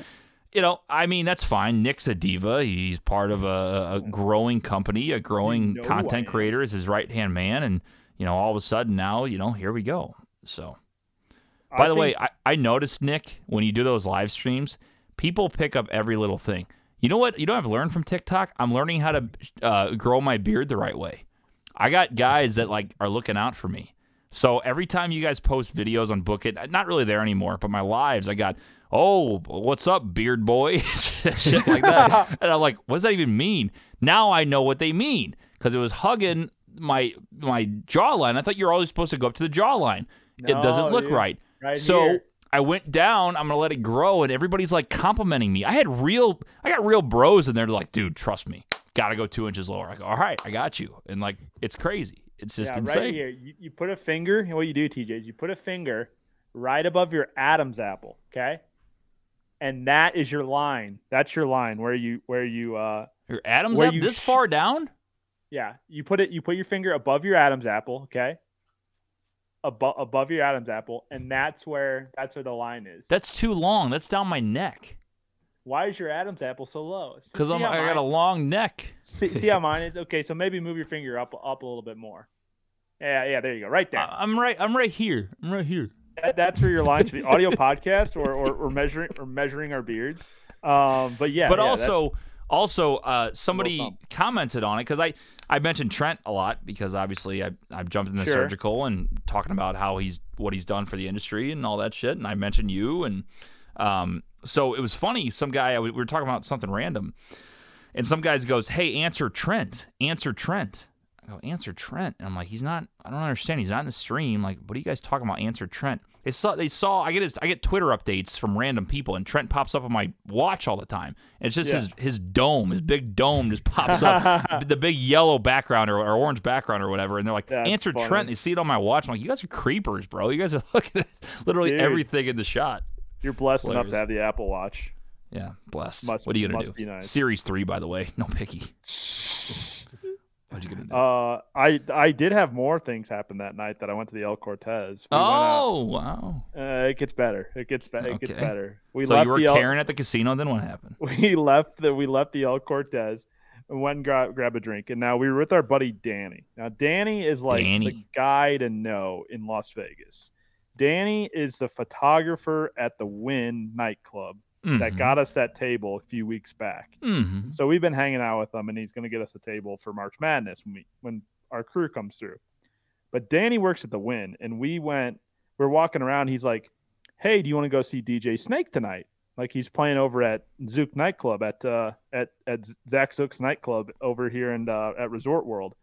Speaker 3: you know, I mean, that's fine. Nick's a diva. He's part of a, a growing company, a growing
Speaker 4: know who I
Speaker 3: content
Speaker 4: am.
Speaker 3: creator is his right hand man. And, you know, all of a sudden now, you know, here we go. So,
Speaker 4: I
Speaker 3: by the
Speaker 4: think-
Speaker 3: way, I, I noticed, Nick, when you do those live streams, people pick up every little thing. You know what? You know what I've learned from TikTok? I'm learning how to uh, grow my beard the right way. I got guys that like are looking out for me. So every time you guys post videos on Book It, uh, not really there anymore, but my lives, I got, oh, what's up, beard boy? Shit like that. and I'm like, what does that even mean? Now I know what they mean because it was hugging my my jawline. I thought you were always supposed to go up to the jawline. it
Speaker 4: No,
Speaker 3: doesn't look
Speaker 4: dude.
Speaker 3: right.
Speaker 4: Right
Speaker 3: so
Speaker 4: here.
Speaker 3: I went down. I'm gonna let it grow, and everybody's like complimenting me. I had real, I got real bros, and they're like, "Dude, trust me, gotta go two inches lower." I go, "All right, I got you," and like, it's crazy. It's just
Speaker 4: yeah,
Speaker 3: insane.
Speaker 4: right here. You, you put a finger, and what you do, TJ, is you put a finger right above your Adam's apple, okay? And that is your line. That's your line where you where you uh
Speaker 3: Your Adam's
Speaker 4: Where
Speaker 3: up
Speaker 4: you
Speaker 3: this
Speaker 4: sh-
Speaker 3: far down?
Speaker 4: yeah, you put it you put your finger above your Adam's apple, okay? Above above your Adam's apple, and that's where that's where the line is.
Speaker 3: That's too long. That's down my neck
Speaker 4: Why is your Adam's apple so low? See-
Speaker 3: because
Speaker 4: see
Speaker 3: I'm
Speaker 4: how
Speaker 3: I
Speaker 4: mine-
Speaker 3: got a long neck.
Speaker 4: See, see how mine is? Okay, so maybe move your finger up up a little bit more. Yeah, yeah, there you go. Right there.
Speaker 3: I, am right. I'm right here. I'm right here.
Speaker 4: That, that's where your line should be. Audio podcast or, or, or measuring or measuring our beards. Um, but
Speaker 3: but
Speaker 4: yeah. yeah, that-
Speaker 3: also, also, uh, somebody
Speaker 4: thumb.
Speaker 3: commented on it because I I mentioned Trent a lot because obviously I I jumped in the
Speaker 4: Sure.
Speaker 3: surgical and talking about how he's what he's done for the industry and all that shit, and I mentioned you and um. So it was funny. Some guy I w- we were talking about something random, and some guys goes, "Hey, answer Trent. Answer Trent." I go, answer Trent. And I'm like, he's not, I don't understand. He's not in the stream. Like, what are you guys talking about? Answer Trent. They saw, they saw, I get his, I get Twitter updates from random people and Trent pops up on my watch all the time. And it's just his, his dome, his big dome just pops up, the big yellow background or, or orange background or whatever. And they're like,
Speaker 4: That's
Speaker 3: answer
Speaker 4: funny.
Speaker 3: Trent. They see it on my watch. I'm like, you guys are creepers, bro. You guys are looking at literally
Speaker 4: Dude.
Speaker 3: everything in the shot.
Speaker 4: You're blessed enough to
Speaker 3: Players.
Speaker 4: have the Apple Watch.
Speaker 3: Yeah, blessed.
Speaker 4: Must-
Speaker 3: what are you gonna
Speaker 4: must
Speaker 3: do?
Speaker 4: be nice.
Speaker 3: Series three, by the way, no picky. what are you gonna do?
Speaker 4: Uh, I I did have more things happen that night that I went to the El Cortez. We went out-
Speaker 3: oh wow!
Speaker 4: uh, it gets better. It gets be- it gets
Speaker 3: Okay.
Speaker 4: better. We
Speaker 3: so
Speaker 4: left
Speaker 3: you were
Speaker 4: the El-
Speaker 3: Karen at the casino. Then what happened?
Speaker 4: we left the we left the El Cortez and went and got grab a drink. And now we were with our buddy Danny. Now Danny is like the
Speaker 3: Danny.
Speaker 4: guy to know in Las Vegas. Danny is the photographer at the Win nightclub
Speaker 3: Mm-hmm.
Speaker 4: that got us that table a few weeks back.
Speaker 3: hmm
Speaker 4: So we've been hanging out with him, and he's going to get us a table for March Madness when we when our crew comes through. But Danny works at the Win, and we went. We're walking around. He's like, "Hey, do you want to go see DJ Snake tonight? Like he's playing over at Zook nightclub at uh, at at Zach Zook's nightclub over here in uh, at Resort World."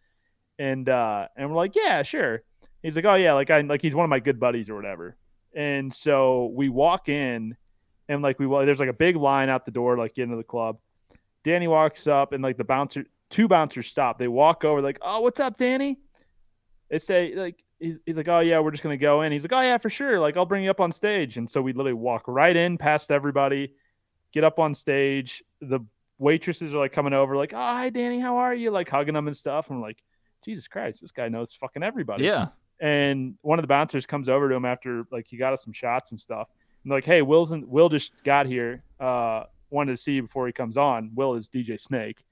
Speaker 4: And uh, and we're like, "Yeah, sure." He's like, "Oh yeah, like I like he's one of my good buddies or whatever." And so we walk in, and like we wa- there's like a big line out the door, like get into the club. Danny walks up and like the bouncer, two bouncers stop. They walk over like, "Oh, what's up, Danny?" They say like he's, he's like, "Oh yeah, we're just gonna go in." He's like, "Oh yeah, for sure. Like I'll bring you up on stage." And so we literally walk right in past everybody, get up on stage. The waitresses are like coming over like, "Oh hi, Danny, how are you?" Like hugging them and stuff. And I'm like, "Jesus Christ, this guy knows fucking everybody."
Speaker 3: Yeah.
Speaker 4: and one of the bouncers comes over to him after like he got us some shots and stuff. And like, hey, Will's in, Will just got here. Uh, wanted to see you before he comes on. Will is DJ Snake,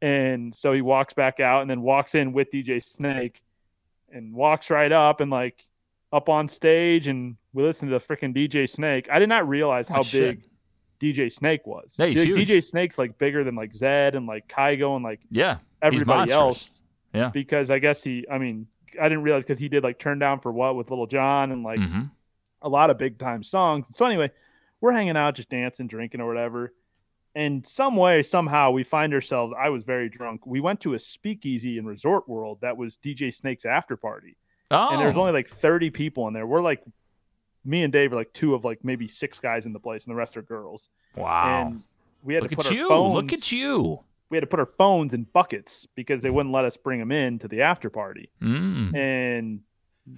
Speaker 4: and so he walks back out and then walks in with DJ Snake, and walks right up and like up on stage and we listen to the freaking DJ Snake. I did not realize how
Speaker 3: Oh, shit.
Speaker 4: big DJ Snake was.
Speaker 3: Yeah, he's
Speaker 4: Dude,
Speaker 3: huge.
Speaker 4: DJ Snake's like bigger than like Zed and like Kygo and like
Speaker 3: Yeah.
Speaker 4: everybody
Speaker 3: monstrous.
Speaker 4: else.
Speaker 3: Yeah.
Speaker 4: Because I guess he, I mean, I didn't realize because he did like Turn Down for What with Little John and like
Speaker 3: Mhm.
Speaker 4: a lot of big time songs. So anyway, we're hanging out, just dancing, drinking, or whatever. And some way, somehow, we find ourselves. I was very drunk. We went to a speakeasy in Resort World that was DJ Snake's after party,
Speaker 3: Oh.
Speaker 4: and there was only like thirty people in there. We're like, me and Dave are like two of like maybe six guys in the place, and the rest are girls.
Speaker 3: wow.
Speaker 4: And we had
Speaker 3: Look
Speaker 4: to put
Speaker 3: at
Speaker 4: our
Speaker 3: you.
Speaker 4: phones
Speaker 3: Look at you.
Speaker 4: we had to put our phones in buckets because they wouldn't let us bring them in to the after party.
Speaker 3: Mm.
Speaker 4: And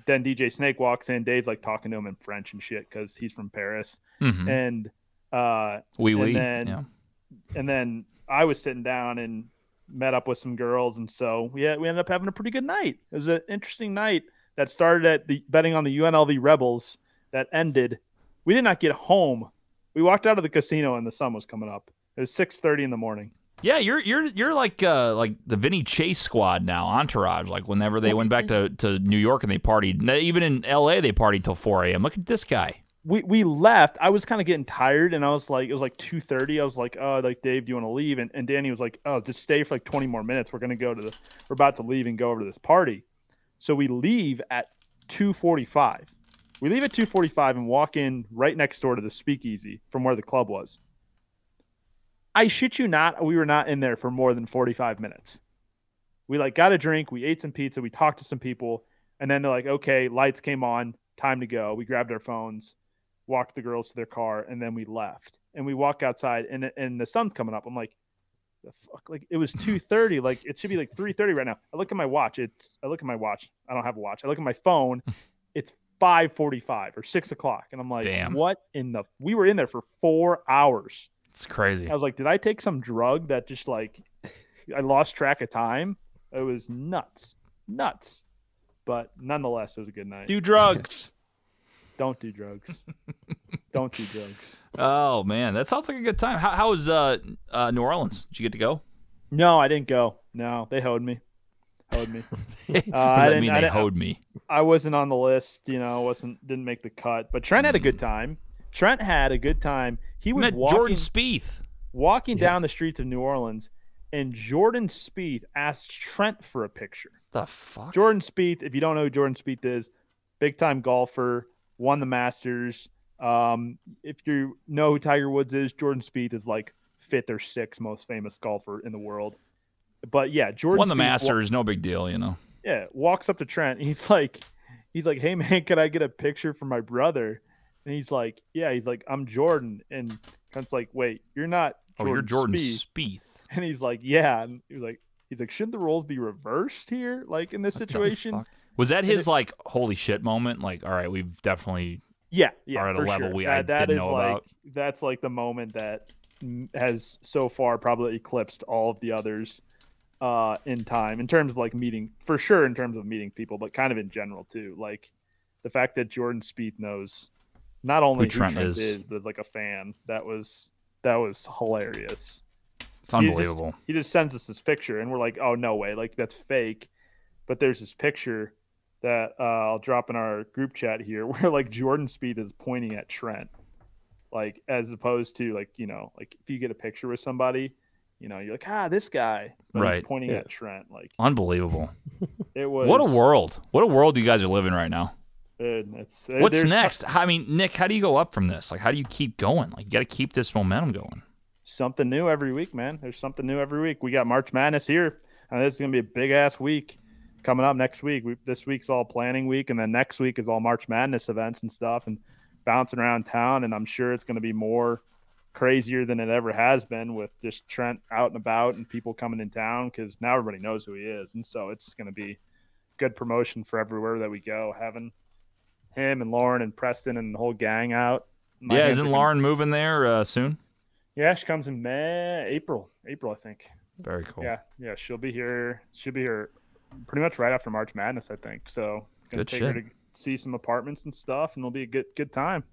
Speaker 4: then DJ Snake walks in. Dave's like talking to him in French and shit because he's from Paris.
Speaker 3: Mhm.
Speaker 4: And uh,
Speaker 3: Wee
Speaker 4: and
Speaker 3: wee.
Speaker 4: then-
Speaker 3: yeah.
Speaker 4: and then I was sitting down and met up with some girls, and so we had, we ended up having a pretty good night. It was an interesting night that started at the betting on the UNLV Rebels that ended. We did not get home. We walked out of the casino and the sun was coming up. It was six thirty in the morning.
Speaker 3: Yeah, you're you're you're like uh like the Vinny Chase squad now, Entourage. Like whenever they went back to, to New York and they partied, Now, even in L.A. they partied till 4 a.m. Look at this guy.
Speaker 4: we we left. I was kind of getting tired, and I was like, it was like two thirty. I was like, oh, like Dave, do you want to leave? And, and Danny was like, oh, just stay for like twenty more minutes. We're gonna go to the, we're about to leave and go over to this party. So we leave at two forty five. We leave at two forty five and walk in right next door to the speakeasy from where the club was. I shit you not, we were not in there for more than forty five minutes. We like got a drink, we ate some pizza, we talked to some people, and then they're like, okay, lights came on, time to go. We grabbed our phones walked the girls to their car, and then we left. And we walk outside, and and the sun's coming up. I'm like, the fuck! Like it was two thirty. Like it should be like three thirty right now. I look at my watch. It's I look at my watch. I don't have a watch. I look at my phone. It's five forty five or six o'clock, and I'm like,
Speaker 3: Damn.
Speaker 4: what in the? We were in there for four hours.
Speaker 3: It's crazy.
Speaker 4: I was like, did I take some drug that just like I lost track of time? It was nuts, nuts. But nonetheless, it was a good night.
Speaker 6: Do drugs.
Speaker 4: Don't do drugs. don't do drugs.
Speaker 3: Oh man, that sounds like a good time. How, how was uh, uh, New Orleans? Did you get to go?
Speaker 4: No, I didn't go. No, they hoed me. Hoed me. Uh,
Speaker 3: Does
Speaker 4: I
Speaker 3: that
Speaker 4: didn't-
Speaker 3: mean
Speaker 4: I
Speaker 3: they
Speaker 4: didn't-
Speaker 3: hoed me?
Speaker 4: I wasn't on the list. You know, wasn't didn't make the cut. But Trent had a good
Speaker 3: Hmm.
Speaker 4: time. Trent had a good time. He was
Speaker 3: Met
Speaker 4: walking
Speaker 3: Jordan Spieth.
Speaker 4: walking down the streets of New Orleans, and Jordan Spieth asked Trent for a picture.
Speaker 3: The fuck?
Speaker 4: Jordan Spieth, if you don't know who Jordan Spieth is, big time golfer, won the Masters. Um, if you know who Tiger Woods is, Jordan Spieth is like fifth or sixth most famous golfer in the world. But yeah, Jordan
Speaker 3: Won the
Speaker 4: Spieth
Speaker 3: Masters, no big deal, you know.
Speaker 4: yeah, walks up to Trent. And he's like, he's like, hey man, can I get a picture for my brother? And he's like, yeah. He's like, I'm Jordan. And Trent's like, wait, you're not.
Speaker 3: Oh, you're Jordan
Speaker 4: Spieth."
Speaker 3: Spieth.
Speaker 4: And he's like, yeah. And he's like, he's like, shouldn't the roles be reversed here? Like in this
Speaker 3: What the
Speaker 4: situation?
Speaker 3: fuck? Was that
Speaker 4: And
Speaker 3: his like holy shit moment? Like, all right, we've definitely
Speaker 4: Yeah, yeah.
Speaker 3: Are at a
Speaker 4: for
Speaker 3: level
Speaker 4: sure.
Speaker 3: we- I
Speaker 4: that, that
Speaker 3: didn't
Speaker 4: is
Speaker 3: know
Speaker 4: like
Speaker 3: about.
Speaker 4: that's like the moment that m- has so far probably eclipsed all of the others uh in time in terms of like meeting for sure in terms of meeting people but kind of in general too like the fact that jordan Spieth knows not only who
Speaker 3: Trent
Speaker 4: Trent,
Speaker 3: is.
Speaker 4: is. but is like a fan that was that was hilarious
Speaker 3: it's unbelievable.
Speaker 4: he just sends us this picture, and we're like, "Oh no way! Like that's fake." But there's this picture that uh, I'll drop in our group chat here, where like Jordan Speed is pointing at Trent, like as opposed to like you know like if you get a picture with somebody, you know you're like, "Ah, this guy," but he's
Speaker 3: Right.
Speaker 4: pointing
Speaker 5: Yeah.
Speaker 4: at Trent. Like
Speaker 3: Unbelievable.
Speaker 4: it was
Speaker 3: What a world. What a world you guys are living right now.
Speaker 4: and it's-
Speaker 3: What's
Speaker 4: there's-
Speaker 3: next? I mean, Nick, how do you go up from this? Like, how do you keep going? Like, you got to keep this momentum going.
Speaker 4: something new every week, man. There's something new every week. We got March Madness here, and this is gonna be a big ass week coming up next week. We, this week's all planning week, and then next week is all March Madness events and stuff, and bouncing around town. And I'm sure it's gonna be more crazier than it ever has been with just Trent out and about and people coming in town because now everybody knows who he is, and so it's gonna be good promotion for everywhere that we go. Having him and Lauren and Preston and the whole gang out. My
Speaker 3: yeah,
Speaker 4: hands
Speaker 3: isn't
Speaker 4: are gonna-
Speaker 3: Lauren moving there uh, soon?
Speaker 4: Yeah, she comes in May, April, April, I think.
Speaker 3: Very cool.
Speaker 4: Yeah, yeah, she'll be here. She'll be here pretty much right after March Madness, I think. So gonna
Speaker 3: Good
Speaker 4: take her
Speaker 3: shit.
Speaker 4: to see some apartments and stuff, and it'll be a good good time.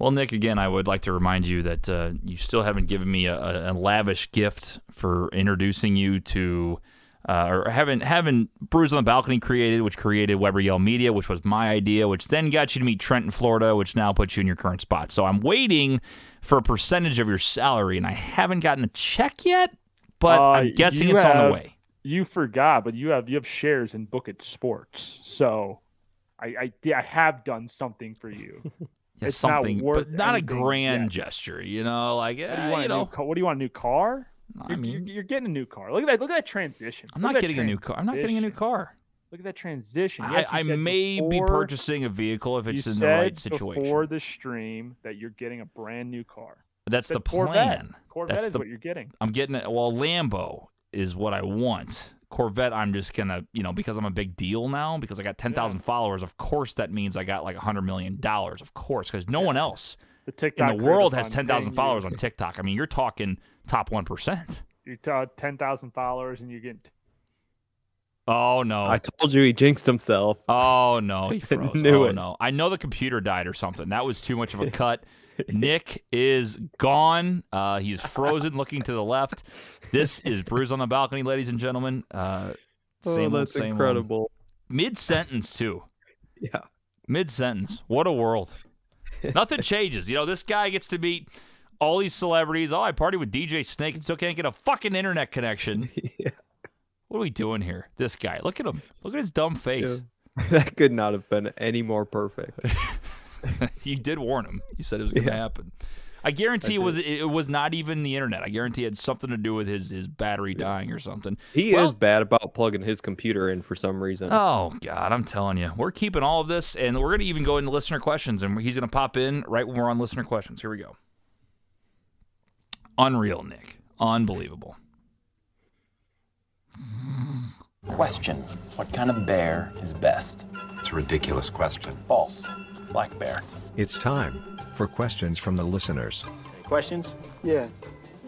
Speaker 3: Well, Nick, again, I would like to remind you that uh, you still haven't given me a, a- a lavish gift for introducing you to, uh, or having having Brews on the Balcony created, which created Weber Yell Media, which was my idea, which then got you to meet Trent in Florida, which now puts you in your current spot. So I'm waiting for a percentage of your salary, and I haven't gotten a check yet, but
Speaker 4: Uh,
Speaker 3: I'm guessing
Speaker 4: you
Speaker 3: it's on
Speaker 4: have-
Speaker 3: the way.
Speaker 4: You forgot, but you have you have shares in Book It Sports, so I I, di- I have done something for you.
Speaker 3: Yeah,
Speaker 4: it's not
Speaker 3: something,
Speaker 4: worth
Speaker 3: but not a
Speaker 4: anything
Speaker 3: grand
Speaker 4: yet.
Speaker 3: gesture, you know, like
Speaker 4: What do
Speaker 3: eh,
Speaker 4: you
Speaker 3: you,
Speaker 4: want? a new
Speaker 3: know.
Speaker 4: ca- what do you want? A new car?
Speaker 3: I
Speaker 4: You're,
Speaker 3: mean,
Speaker 4: you're, you're getting a new car. Look at that! Look at that transition.
Speaker 3: I'm
Speaker 4: Look at
Speaker 3: not
Speaker 4: that
Speaker 3: getting a new car. I'm not getting a new
Speaker 4: transition.
Speaker 3: car.
Speaker 4: Look at that transition.
Speaker 3: I,
Speaker 4: Yes, you
Speaker 3: I
Speaker 4: said
Speaker 3: may be
Speaker 4: before-
Speaker 3: purchasing a vehicle if it's
Speaker 4: you
Speaker 3: in the
Speaker 4: said
Speaker 3: right situation.
Speaker 4: before the stream that you're getting a brand new car.
Speaker 3: That's the plan.
Speaker 4: Corvette. Corvette
Speaker 3: That's
Speaker 4: is
Speaker 3: the-
Speaker 4: what you're getting.
Speaker 3: I'm getting it. Well, Lambo is what I want. Corvette, I'm just gonna, you know, because I'm a big deal now, because I got 10,000 followers. Of course, that means I got like 100 million dollars. Of course, because no one else
Speaker 4: The
Speaker 3: in
Speaker 4: TikTok
Speaker 3: the world has 10,000 followers on TikTok. I mean, you're talking top one percent.
Speaker 4: You are ten thousand followers, and you're getting.
Speaker 3: Oh no!
Speaker 5: I told you he jinxed himself.
Speaker 3: Oh no, he froze.
Speaker 5: Knew
Speaker 3: oh
Speaker 5: it.
Speaker 3: no. I know the computer died or something. That was too much of a cut. Nick is gone. Uh, he's frozen looking to the left. This is Bruise on the Balcony, ladies and gentlemen. Uh,
Speaker 5: oh,
Speaker 3: same old,
Speaker 5: that's
Speaker 3: same old.
Speaker 5: incredible.
Speaker 3: Mid sentence too.
Speaker 5: Yeah.
Speaker 3: Mid sentence. What a world. Nothing changes. You know, this guy gets to meet all these celebrities. Oh, I party with DJ Snake and still can't get a fucking internet connection.
Speaker 5: Yeah.
Speaker 3: What are we doing here? This guy. Look at him. Look at his dumb face.
Speaker 5: that could not have been any more perfect.
Speaker 3: you did warn him. You said it was going to happen. I guarantee it was it, it was not even the internet. I guarantee it had something to do with his his battery dying or something.
Speaker 5: He
Speaker 3: Well-
Speaker 5: is bad about plugging his computer in for some reason.
Speaker 3: Oh God, I'm telling you, we're keeping all of this, and we're going to even go into listener questions, and he's going to pop in right when we're on listener questions. Here we go. Unreal, Nick. Unbelievable.
Speaker 8: Question What kind of bear is best?
Speaker 2: It's a ridiculous question.
Speaker 8: False. Black bear.
Speaker 2: It's time for questions from the listeners.
Speaker 8: Questions?
Speaker 10: Yeah,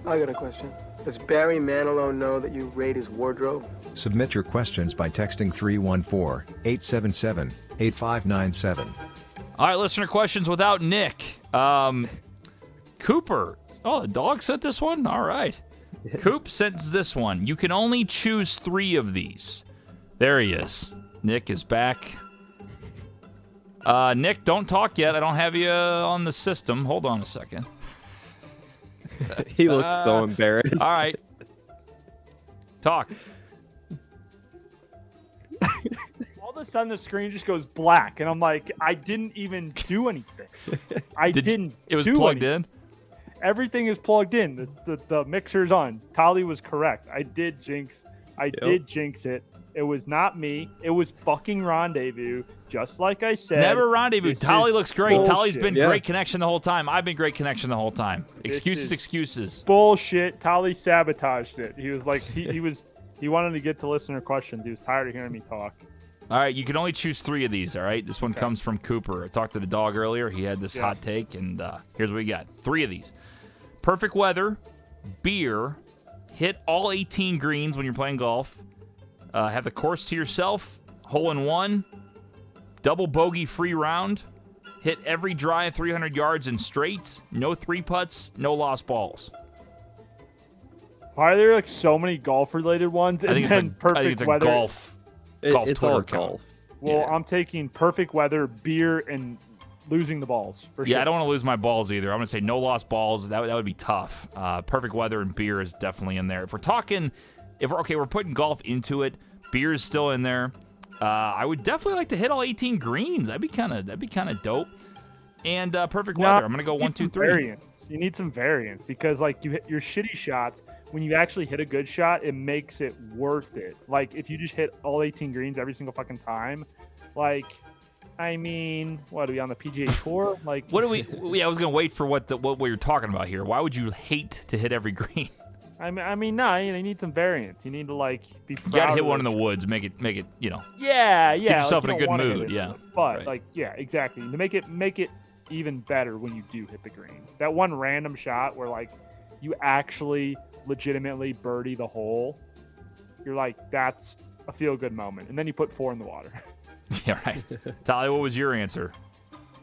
Speaker 10: I got a question. Does Barry Manilow know that you raid his wardrobe?
Speaker 2: Submit your questions by texting 314 877 8597.
Speaker 3: All right, listener questions without Nick. Um, Cooper. Oh, the dog sent this one? All right. Coop sends this one. You can only choose three of these. There he is. Nick is back. Uh, Nick, don't talk yet. I don't have you uh, on the system. Hold on a second.
Speaker 5: he looks
Speaker 3: Ah.
Speaker 5: so embarrassed.
Speaker 3: All right. Talk.
Speaker 4: All of a sudden, the screen just goes black, and I'm like, I didn't even do anything. I
Speaker 3: Did-
Speaker 4: didn't.
Speaker 3: It was
Speaker 4: do
Speaker 3: plugged
Speaker 4: anything.
Speaker 3: in.
Speaker 4: Everything is plugged in. The, the, the mixer's on. Tolly was correct. I did jinx I did jinx it. It was not me. It was fucking rendezvous, just like I said.
Speaker 3: Never rendezvous.
Speaker 4: this is
Speaker 3: Tolly looks great. Tolly's
Speaker 4: bullshit.
Speaker 3: been
Speaker 5: Yeah.
Speaker 3: great connection the whole time. I've been great connection the whole time. Excuses,
Speaker 4: is-
Speaker 3: excuses.
Speaker 4: bullshit. Tolly sabotaged it. He was like, he, he was, he wanted to get to listener questions. He was tired of hearing me talk.
Speaker 3: All right, you can only choose three of these. All right, this one comes from Cooper. I talked to the dog earlier. He had this hot take, and uh, here's what we got: three of these. Perfect weather, beer, hit all 18 greens when you're playing golf, uh, have the course to yourself, hole in one, double bogey free round, hit every drive 300 yards in straights, no three putts, no lost balls.
Speaker 4: Why are there like so many golf related ones?
Speaker 3: I think
Speaker 4: and
Speaker 3: it's
Speaker 4: then
Speaker 3: a,
Speaker 4: perfect
Speaker 3: I think it's a
Speaker 4: weather.
Speaker 3: golf.
Speaker 5: It-
Speaker 3: Golf
Speaker 5: it's
Speaker 3: Twitter
Speaker 5: all
Speaker 3: account.
Speaker 5: golf.
Speaker 4: Well,
Speaker 3: yeah.
Speaker 4: I'm taking perfect weather, beer, and losing the balls. For
Speaker 3: Yeah,
Speaker 4: sure.
Speaker 3: I don't want to lose my balls either. I'm going to say no lost balls. That, would- that would be tough. Uh, perfect weather and beer is definitely in there. If we're talking, if we're okay, we're putting golf into it. Beer is still in there. Uh, I would definitely like to hit all 18 greens. That'd be kind of that'd be kind of dope. And uh, perfect
Speaker 4: Nah,
Speaker 3: weather. I'm going to go
Speaker 4: you need
Speaker 3: one, two,
Speaker 4: some
Speaker 3: three.
Speaker 4: Variance. You need some variance because like you hit your shitty shots. When you actually hit a good shot, it makes it worth it. Like if you just hit all 18 greens every single fucking time, like, I mean, what are we on the PGA Tour? Like,
Speaker 3: What do we? Yeah, I was going to wait for what the, what we were talking about here. Why would you hate to hit every green?
Speaker 4: I mean, I mean, nah, you, know, you need some variance. You need to like be. Proud
Speaker 3: You got to hit
Speaker 4: of
Speaker 3: one in the
Speaker 4: those
Speaker 3: woods. Make it make it. You know.
Speaker 4: Yeah, yeah.
Speaker 3: yourself in
Speaker 4: like,
Speaker 3: a
Speaker 4: you don't
Speaker 3: good
Speaker 4: wanna hit
Speaker 3: mood,
Speaker 4: it,
Speaker 3: yeah,
Speaker 4: But
Speaker 3: right.
Speaker 4: like, yeah, exactly. To make it make it even better when you do hit the green. That one random shot where like you actually legitimately birdie the hole, you're like, that's a feel good moment. And then you put four in the water.
Speaker 3: Yeah. Right. Tali, what was your answer?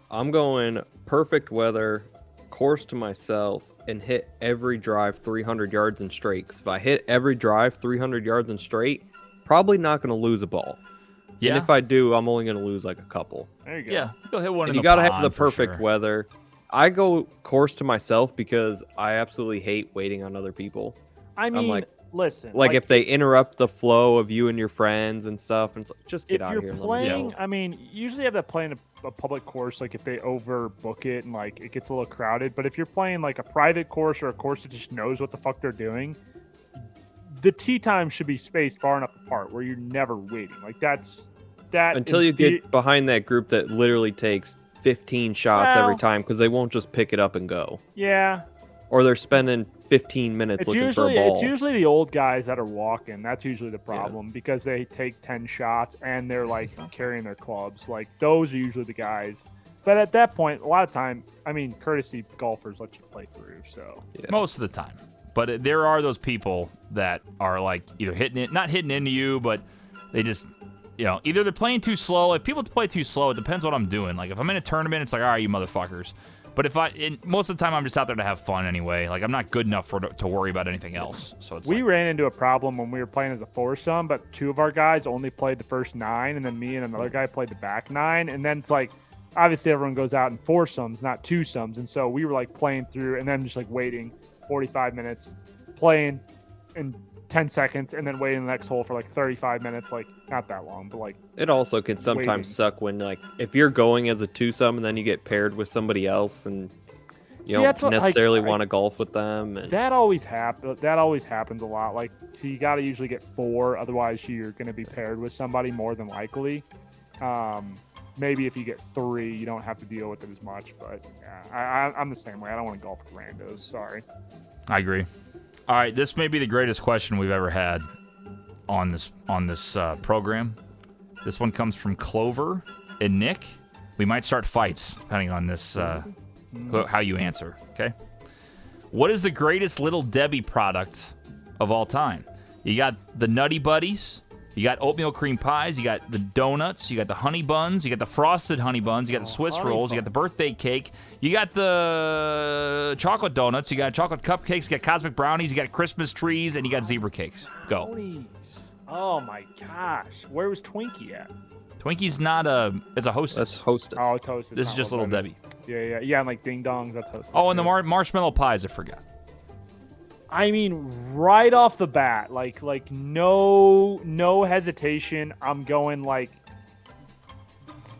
Speaker 5: I'm going perfect weather, course to myself, and hit every drive 300 yards and straight. 'Cause if I hit every drive 300 yards and straight, probably not going to lose a ball.
Speaker 3: Yeah.
Speaker 5: And if I do, I'm only going to lose like a couple.
Speaker 4: There you go.
Speaker 3: yeah. Go hit
Speaker 5: and
Speaker 3: one. in
Speaker 5: you
Speaker 3: the
Speaker 5: got to have
Speaker 3: pond
Speaker 5: the
Speaker 3: for
Speaker 5: perfect
Speaker 3: sure.
Speaker 5: weather. I go course to myself because I absolutely hate waiting on other people.
Speaker 4: I mean,
Speaker 5: like-
Speaker 4: listen,
Speaker 5: Like, if they interrupt the flow of you and your friends and stuff, and it's like, just
Speaker 4: if
Speaker 5: get out of
Speaker 4: you're
Speaker 5: here. and let me
Speaker 4: playing,
Speaker 5: go.
Speaker 4: I mean, usually have that play in a, a public course. Like if they overbook it and like it gets a little crowded. But if you're playing like a private course or a course that just knows what the fuck they're doing, the tee time should be spaced far enough apart where you're never waiting. Like that's that
Speaker 5: until
Speaker 4: in
Speaker 5: you
Speaker 4: the-
Speaker 5: get behind that group that literally takes 15 shots every
Speaker 4: Well-
Speaker 5: time because they won't just pick it up and go
Speaker 4: yeah.
Speaker 5: or they're spending 15 minutes
Speaker 4: It's
Speaker 5: looking
Speaker 4: usually
Speaker 5: for a ball
Speaker 4: it's usually the old guys that are walking. That's usually the problem because they take ten shots and they're like carrying their clubs. Like those are usually the guys. But at that point, a lot of time, I mean, courtesy golfers let you play through. So
Speaker 3: most of the time. But it- there are those people that are like either hitting it, not hitting into you, but they just, you know, either they're playing too slow. If people play too slow, it depends what I'm doing. Like if I'm in a tournament, it's like, all right, you motherfuckers. But if I, and most of the time, I'm just out there to have fun anyway. Like I'm not good enough for to worry about anything else. So it's
Speaker 4: we
Speaker 3: like,
Speaker 4: ran into a problem when we were playing as a foursome, but two of our guys only played the first nine, and then me and another guy played the back nine. And then it's like, obviously, everyone goes out in foursomes, not twosomes. And so we were like playing through and then just like waiting 45 minutes, playing in 10 seconds, and then waiting the next hole for like 35 minutes. Like, not that long, but like,
Speaker 5: it also can sometimes
Speaker 4: waiting.
Speaker 5: suck when like if you're going as a twosome and then you get paired with somebody else and
Speaker 4: See,
Speaker 5: you
Speaker 4: that's
Speaker 5: don't
Speaker 4: what- I-
Speaker 5: necessarily
Speaker 4: I-
Speaker 5: want to golf with them and
Speaker 4: that always happens. That always happens a lot. Like, so you got to usually get four, otherwise you're going to be paired with somebody more than likely. Um, maybe if you get three, you don't have to deal with it as much. But yeah, I, I, I'm the same way. I don't want to golf with randos. Sorry.
Speaker 3: I agree. All right, this may be the greatest question we've ever had on this on this uh, program. This one comes from Clover and Nick. We might start fights depending on this uh, who- how you answer. Okay. What is the greatest Little Debbie product of all time? You got the Nutty Buddies. You got oatmeal cream pies. You got the donuts. You got the honey buns. You got the frosted honey buns. You got the Swiss rolls. You got the birthday cake. You got the chocolate donuts. You got chocolate cupcakes. You got cosmic brownies. You got Christmas trees, and you got zebra cakes. Go.
Speaker 4: Please. Oh my gosh, where was Twinkie at?
Speaker 3: Twinkie's not a. It's a hostess.
Speaker 5: that's hostess
Speaker 4: Oh, it's hosted.
Speaker 3: this is just Little Debbie.
Speaker 4: Yeah, yeah, yeah, and like ding dongs. That's hosted.
Speaker 3: Oh, and the mar- marshmallow pies. I forgot.
Speaker 4: I mean, right off the bat, like like no no hesitation. I'm going like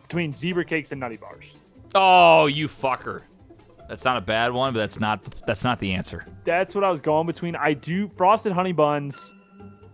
Speaker 4: between zebra cakes and nutty bars.
Speaker 3: Oh, you fucker. That's not a bad one, but that's not that's not the answer.
Speaker 4: That's what I was going between. I do frosted honey buns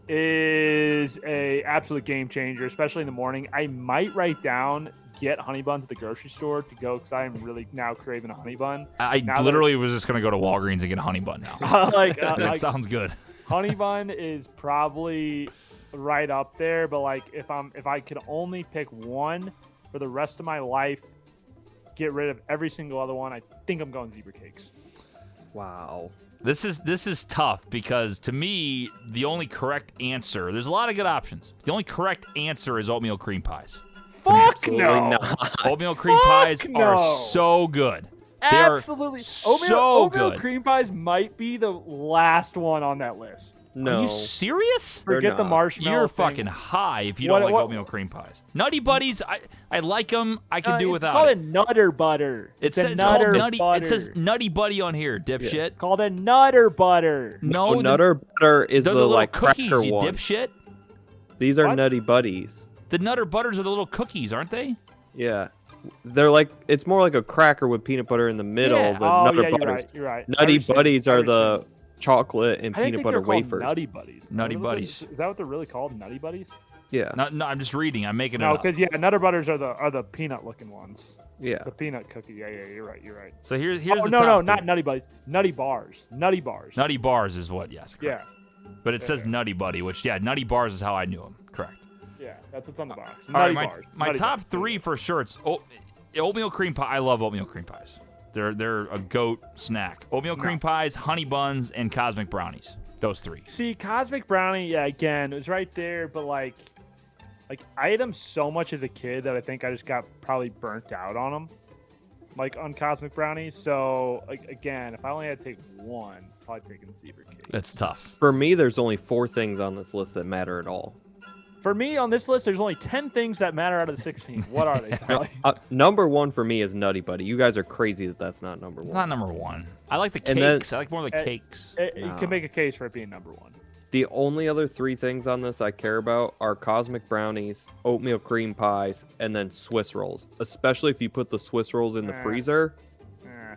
Speaker 4: is a absolute game changer, especially in the morning. I might write down get honey buns at the grocery store to go because I'm really now craving a honey bun.
Speaker 3: I
Speaker 4: Now that-
Speaker 3: literally was just gonna go to Walgreens and get a honey bun now.
Speaker 4: like, uh,
Speaker 3: that
Speaker 4: like
Speaker 3: sounds good.
Speaker 4: honey bun is probably right up there, but like if I'm if I could only pick one for the rest of my life, get rid of every single other one. I think I'm going zebra cakes.
Speaker 5: Wow.
Speaker 3: This is this is tough because to me the only correct answer. There's a lot of good options. The only correct answer is oatmeal cream pies.
Speaker 4: Fuck
Speaker 5: Absolutely not.
Speaker 3: Oatmeal cream pies
Speaker 4: no.
Speaker 3: are so good. They are
Speaker 4: Absolutely, oatmeal,
Speaker 3: so
Speaker 4: oatmeal
Speaker 3: good.
Speaker 4: cream pies might be the last one on that list.
Speaker 5: No.
Speaker 3: Are you serious?
Speaker 5: They're
Speaker 4: Forget the
Speaker 5: not.
Speaker 4: marshmallow.
Speaker 3: You're
Speaker 4: thing. Uh,
Speaker 3: fucking high if you
Speaker 4: What-
Speaker 3: don't like
Speaker 4: what-
Speaker 3: oatmeal cream pies. Nutty Buddies, I, I like them. I can
Speaker 4: Uh,
Speaker 3: do
Speaker 4: it's
Speaker 3: without
Speaker 4: Called
Speaker 3: it.
Speaker 4: a nutter butter.
Speaker 3: It
Speaker 4: It's a
Speaker 3: says
Speaker 4: nutter
Speaker 3: called nutty.
Speaker 4: butter.
Speaker 3: It says nutty buddy on here, dipshit.
Speaker 4: called a nutter butter.
Speaker 3: No,
Speaker 5: Oh,
Speaker 3: the-
Speaker 5: Nutter Butter is
Speaker 3: they're
Speaker 5: the,
Speaker 3: the, little
Speaker 5: like
Speaker 3: cookies,
Speaker 5: cracker
Speaker 3: you
Speaker 5: one.
Speaker 3: dipshit.
Speaker 5: These are
Speaker 4: What?
Speaker 5: Nutty Buddies.
Speaker 3: The nutter butters are the little cookies, aren't they?
Speaker 5: Yeah. They're like it's more like a cracker with peanut butter in the middle
Speaker 3: Yeah.
Speaker 5: than
Speaker 4: Oh
Speaker 5: Nutter
Speaker 4: yeah, you're
Speaker 5: Butters.
Speaker 4: right. You're right. I
Speaker 5: Nutty
Speaker 4: understand.
Speaker 5: Buddies
Speaker 4: I
Speaker 5: are
Speaker 4: understand.
Speaker 5: the chocolate and
Speaker 4: I didn't
Speaker 5: peanut
Speaker 4: think they're
Speaker 5: butter
Speaker 4: called
Speaker 5: wafers.
Speaker 4: Nutty buddies. Is
Speaker 3: Nutty
Speaker 4: that what-
Speaker 3: Buddies.
Speaker 4: Is that what they're really called? Nutty buddies?
Speaker 5: Yeah.
Speaker 3: No, no, I'm just reading. I'm making it
Speaker 4: No,
Speaker 3: up.
Speaker 4: because yeah, nutter butters are the are the peanut looking ones.
Speaker 5: Yeah.
Speaker 4: The peanut cookie. Yeah, yeah, you're right. You're right.
Speaker 3: So here, here's
Speaker 4: oh
Speaker 3: the
Speaker 4: no,
Speaker 3: top
Speaker 4: no,
Speaker 3: three.
Speaker 4: not nutty buddies. Nutty bars. Nutty bars.
Speaker 3: Nutty Bars is what, yes,
Speaker 4: yeah,
Speaker 3: correct. But it says Nutty Buddy, which yeah, Nutty Bars is how I knew him, correct.
Speaker 4: yeah. That's what's on the box.
Speaker 3: All right,
Speaker 4: Nutty
Speaker 3: my,
Speaker 4: bars.
Speaker 3: my
Speaker 4: Nutty
Speaker 3: top
Speaker 4: Bars.
Speaker 3: three for sure. It's oat, oatmeal cream pie. I love oatmeal cream pies. They're they're a goat snack. Oatmeal cream pies, honey buns, and cosmic brownies. Those three.
Speaker 4: See, Cosmic Brownie, yeah, again, it was right there, but like, like I ate them so much as a kid that I think I just got probably burnt out on them, like on Cosmic Brownie. So like, again, if I only had to take one, probably taking zebra cake.
Speaker 3: That's tough.
Speaker 5: For me, there's only four things on this list that matter at all.
Speaker 4: For me, on this list, there's only ten things that matter out of the sixteen. What are they? Tyler?
Speaker 5: Uh, number one for me is Nutty Buddy. You guys are crazy that that's not number one.
Speaker 3: Not number one. I like the
Speaker 5: And then-
Speaker 3: cakes. I like more of the
Speaker 4: Uh,
Speaker 3: cakes.
Speaker 4: It- You
Speaker 5: No.
Speaker 4: can make a case for it being number one.
Speaker 5: the only other three things on this I care about are cosmic brownies, oatmeal cream pies, and then Swiss rolls. Especially if you put the Swiss rolls in the
Speaker 4: Eh.
Speaker 5: freezer.
Speaker 4: Eh.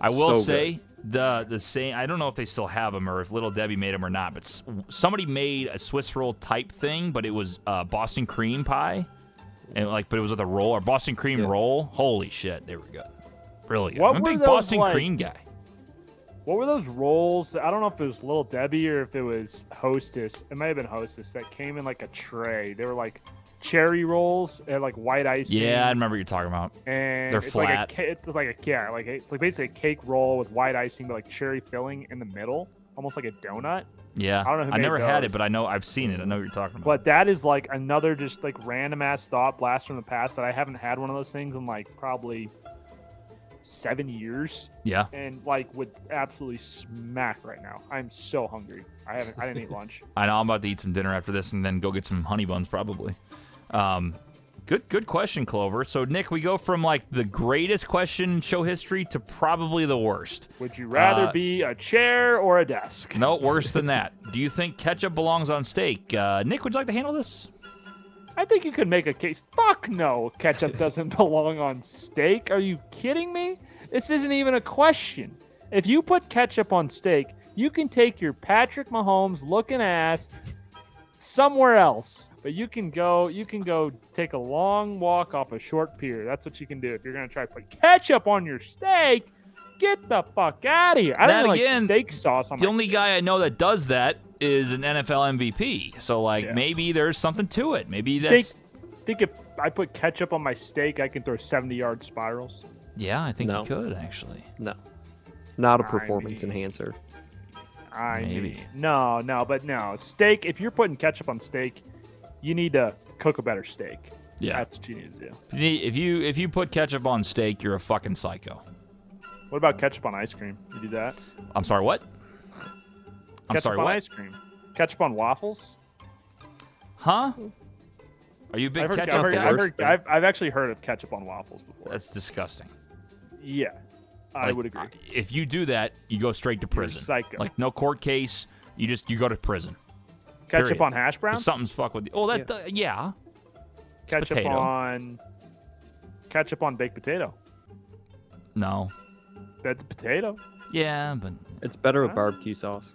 Speaker 3: I will
Speaker 5: so
Speaker 3: say the the same. I don't know if they still have them or if Little Debbie made them or not. But s- somebody made a Swiss roll type thing, but it was uh, Boston cream pie, and like, but it was with a roll or Boston cream
Speaker 5: Yeah.
Speaker 3: roll. Holy shit, they were good. Really good. I'm
Speaker 4: What
Speaker 3: a
Speaker 4: were
Speaker 3: big
Speaker 4: those,
Speaker 3: Boston
Speaker 4: like-
Speaker 3: cream guy.
Speaker 4: What were those rolls? I don't know if it was Little Debbie or if it was Hostess. It might have been Hostess that came in like a tray. They were like cherry rolls and like white icing.
Speaker 3: Yeah, I remember what you're talking about.
Speaker 4: and
Speaker 3: they're
Speaker 4: it's
Speaker 3: flat.
Speaker 4: Like a, ca- it's like a yeah, like it's like basically a cake roll with white icing, but like cherry filling in the middle, almost like a donut.
Speaker 3: Yeah,
Speaker 4: I don't know who
Speaker 3: I
Speaker 4: made
Speaker 3: never had it,
Speaker 4: those.
Speaker 3: but I know I've seen it. I know what you're talking about.
Speaker 4: But that is like another just like random ass thought blast from the past that I haven't had one of those things in like probably seven years,
Speaker 3: yeah,
Speaker 4: and like would absolutely smack right now. I'm so hungry. I haven't. I didn't eat lunch.
Speaker 3: I know I'm about to eat some dinner after this, and then go get some honey buns probably. Um, good, good question, Clover. So Nick, we go from like the greatest question in show history to probably the worst.
Speaker 4: Would you rather
Speaker 3: Uh,
Speaker 4: be a chair or a desk?
Speaker 3: No, worse than that. Do you think ketchup belongs on steak? Uh, Nick, would you like to handle this?
Speaker 4: I think you could make a case. Fuck no, ketchup doesn't belong on steak. Are you kidding me? This isn't even a question. If you put ketchup on steak, you can take your Patrick Mahomes looking ass somewhere else. But you can go, you can go take a long walk off a short pier. That's what you can do if you're gonna try to put ketchup on your steak. Get the fuck out of here! I
Speaker 3: That
Speaker 4: don't even
Speaker 3: again,
Speaker 4: like steak sauce on
Speaker 3: The
Speaker 4: my
Speaker 3: only
Speaker 4: steak.
Speaker 3: guy I know that does that is an NFL MVP. So like
Speaker 4: Yeah.
Speaker 3: maybe there's something to it. Maybe
Speaker 4: think,
Speaker 3: that's
Speaker 4: think if I put ketchup on my steak, I can throw 70 yard spirals.
Speaker 3: yeah. I think
Speaker 5: No.
Speaker 3: you could actually.
Speaker 5: No. Not a
Speaker 4: I
Speaker 5: performance
Speaker 4: mean-
Speaker 5: enhancer.
Speaker 4: I
Speaker 3: Maybe.
Speaker 4: mean, no, no, but no steak. If you're putting ketchup on steak, you need to cook a better steak.
Speaker 3: Yeah.
Speaker 4: that's what you need to do.
Speaker 3: If you- If you if you put ketchup on steak, you're a fucking psycho.
Speaker 4: What about ketchup on ice cream? You do that?
Speaker 3: I'm sorry, what? I'm
Speaker 4: ketchup
Speaker 3: sorry,
Speaker 4: on
Speaker 3: what?
Speaker 4: ice cream. Ketchup on waffles.
Speaker 3: Huh? Are you a big
Speaker 4: I've heard,
Speaker 3: ketchup
Speaker 4: I've, heard,
Speaker 3: guy?
Speaker 4: I've,
Speaker 5: Worst
Speaker 4: heard,
Speaker 5: thing.
Speaker 4: I've, I've actually heard of ketchup on waffles before.
Speaker 3: That's disgusting.
Speaker 4: yeah, I
Speaker 3: Like,
Speaker 4: would agree.
Speaker 3: If you do that, you go straight to prison.
Speaker 4: psycho.
Speaker 3: Like no court case. You just you go to prison.
Speaker 4: ketchup
Speaker 3: period.
Speaker 4: on hash browns.
Speaker 3: Something's fuck with you. Oh, that uh, yeah.
Speaker 4: ketchup
Speaker 3: potato.
Speaker 4: on ketchup on baked potato.
Speaker 3: No.
Speaker 4: That's a potato.
Speaker 3: Yeah, but
Speaker 5: Mm-hmm. It's better with
Speaker 4: Huh?
Speaker 5: barbecue sauce.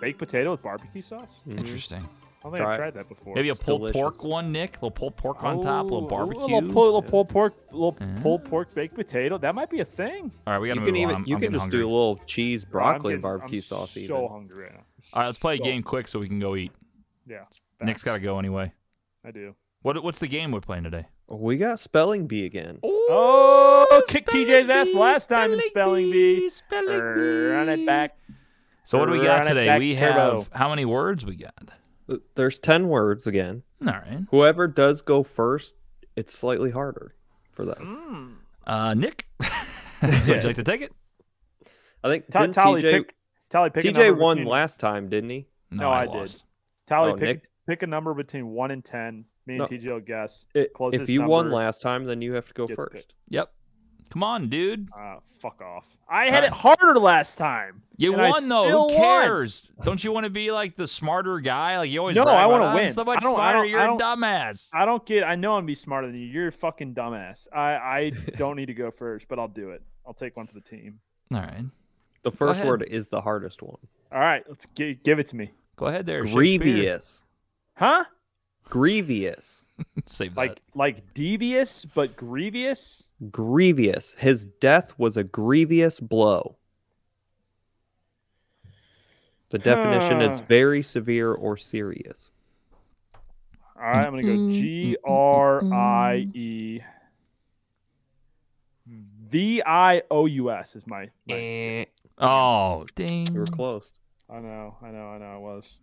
Speaker 4: Baked potato with barbecue sauce? I
Speaker 3: Interesting.
Speaker 4: don't think
Speaker 5: Try it.
Speaker 4: I've tried that before.
Speaker 3: Maybe a pulled
Speaker 5: delicious.
Speaker 3: pork one, Nick. A little pulled pork on top, a
Speaker 4: Ooh,
Speaker 3: little barbecue.
Speaker 4: Oh, little, pull, little pulled pork, little pulled pork baked potato. That might be a thing.
Speaker 3: All right, we got to
Speaker 5: You
Speaker 3: move
Speaker 5: can even
Speaker 3: on. I'm,
Speaker 5: you
Speaker 3: I'm
Speaker 5: can
Speaker 3: getting
Speaker 5: just
Speaker 3: hungry.
Speaker 5: do a little cheese, broccoli,
Speaker 4: I'm
Speaker 5: and
Speaker 4: getting-
Speaker 5: barbecue
Speaker 4: I'm
Speaker 5: sauce.
Speaker 4: So
Speaker 5: even
Speaker 4: hungry right now.
Speaker 3: All right, let's play a game quick so we can go eat.
Speaker 4: Yeah,
Speaker 3: Nick's got to go anyway.
Speaker 4: I do.
Speaker 3: What What's the game we're playing today?
Speaker 5: we got spelling bee again.
Speaker 4: Oh, kick TJ's ass last time in spelling bee. Run it back.
Speaker 3: So what do we got
Speaker 4: Run it
Speaker 3: today?
Speaker 4: back,
Speaker 3: We
Speaker 4: turbo.
Speaker 3: have how many words we got?
Speaker 5: Th- There's ten words again.
Speaker 3: All right.
Speaker 5: Whoever does go first, it's slightly harder for them.
Speaker 3: Uh, Nick, would you like to take it?
Speaker 5: I think
Speaker 4: Ta-
Speaker 5: didn't
Speaker 4: Tolly
Speaker 5: TJ
Speaker 4: pick. Tolly pick. a
Speaker 5: TJ
Speaker 4: number
Speaker 5: won
Speaker 4: between-
Speaker 5: last time, didn't he?
Speaker 3: No,
Speaker 4: No,
Speaker 3: I,
Speaker 4: I did.
Speaker 3: lost.
Speaker 4: Tolly
Speaker 5: Oh,
Speaker 4: pick.
Speaker 5: Nick-
Speaker 4: Pick a number between one and ten. Me and
Speaker 5: No.
Speaker 4: TJ will guess.
Speaker 5: It-
Speaker 4: Closest
Speaker 5: if you won
Speaker 4: number
Speaker 5: last time, then you have to go
Speaker 4: gets
Speaker 5: first.
Speaker 4: picked.
Speaker 3: Yep. Come on, dude.
Speaker 4: Ah, fuck off. I had it harder last time.
Speaker 3: Uh. You
Speaker 4: and I
Speaker 3: won though.
Speaker 4: still
Speaker 3: Who
Speaker 4: won.
Speaker 3: cares? Don't you want to be like the smarter guy? Like you always.
Speaker 4: No,
Speaker 3: brag
Speaker 4: I
Speaker 3: about,
Speaker 4: wanna
Speaker 3: "I'm
Speaker 4: win.
Speaker 3: So much
Speaker 4: I don't- I
Speaker 3: smarter.
Speaker 4: don't-
Speaker 3: You're
Speaker 4: I
Speaker 3: a
Speaker 4: don't-
Speaker 3: dumbass.
Speaker 4: I don't get. I know I'm be smarter than you. You're a fucking dumbass. I I don't need to go first, but I'll do it. I'll take one for the team.
Speaker 3: All right.
Speaker 5: The first
Speaker 3: ahead.
Speaker 5: word is the hardest one.
Speaker 4: All right, let's gi- give it to me.
Speaker 3: Go ahead there. Shakespeare.
Speaker 5: Grievous.
Speaker 4: Huh?
Speaker 5: Grievous.
Speaker 3: Save that.
Speaker 4: Like like devious but grievous.
Speaker 5: Grievous. His death was a grievous blow. The definition is
Speaker 4: Huh.
Speaker 5: very severe or serious.
Speaker 4: All right, I'm gonna go G R I E V I O U S is my.
Speaker 5: Eh.
Speaker 4: my
Speaker 3: Oh, dang.
Speaker 5: You were close.
Speaker 4: I know, I know, I know. I was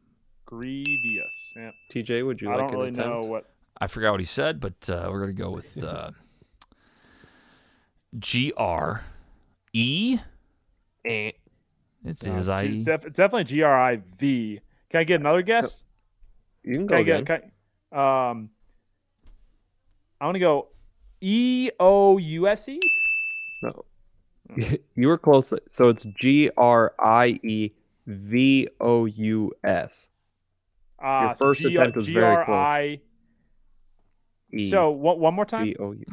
Speaker 4: grievous. Yeah,
Speaker 5: TJ, would you
Speaker 4: I
Speaker 5: like
Speaker 4: don't
Speaker 5: an
Speaker 4: really
Speaker 5: attempt?
Speaker 4: know what.
Speaker 3: I forgot what he said, but uh, we're gonna go with uh, G R E. It's
Speaker 4: No,
Speaker 3: is I
Speaker 4: Eh. It's
Speaker 3: E.
Speaker 4: def- it's definitely G R I V. Can I get another guess?
Speaker 5: You can go
Speaker 4: Can I
Speaker 5: again.
Speaker 4: get? Can I, um, I'm gonna go E O U S E.
Speaker 5: No. you were close. So it's G R I E V O U S.
Speaker 4: Ah, so
Speaker 5: first
Speaker 4: G-
Speaker 5: attempt was very close.
Speaker 4: GRI
Speaker 5: E
Speaker 4: So one, one more time.
Speaker 5: V O U.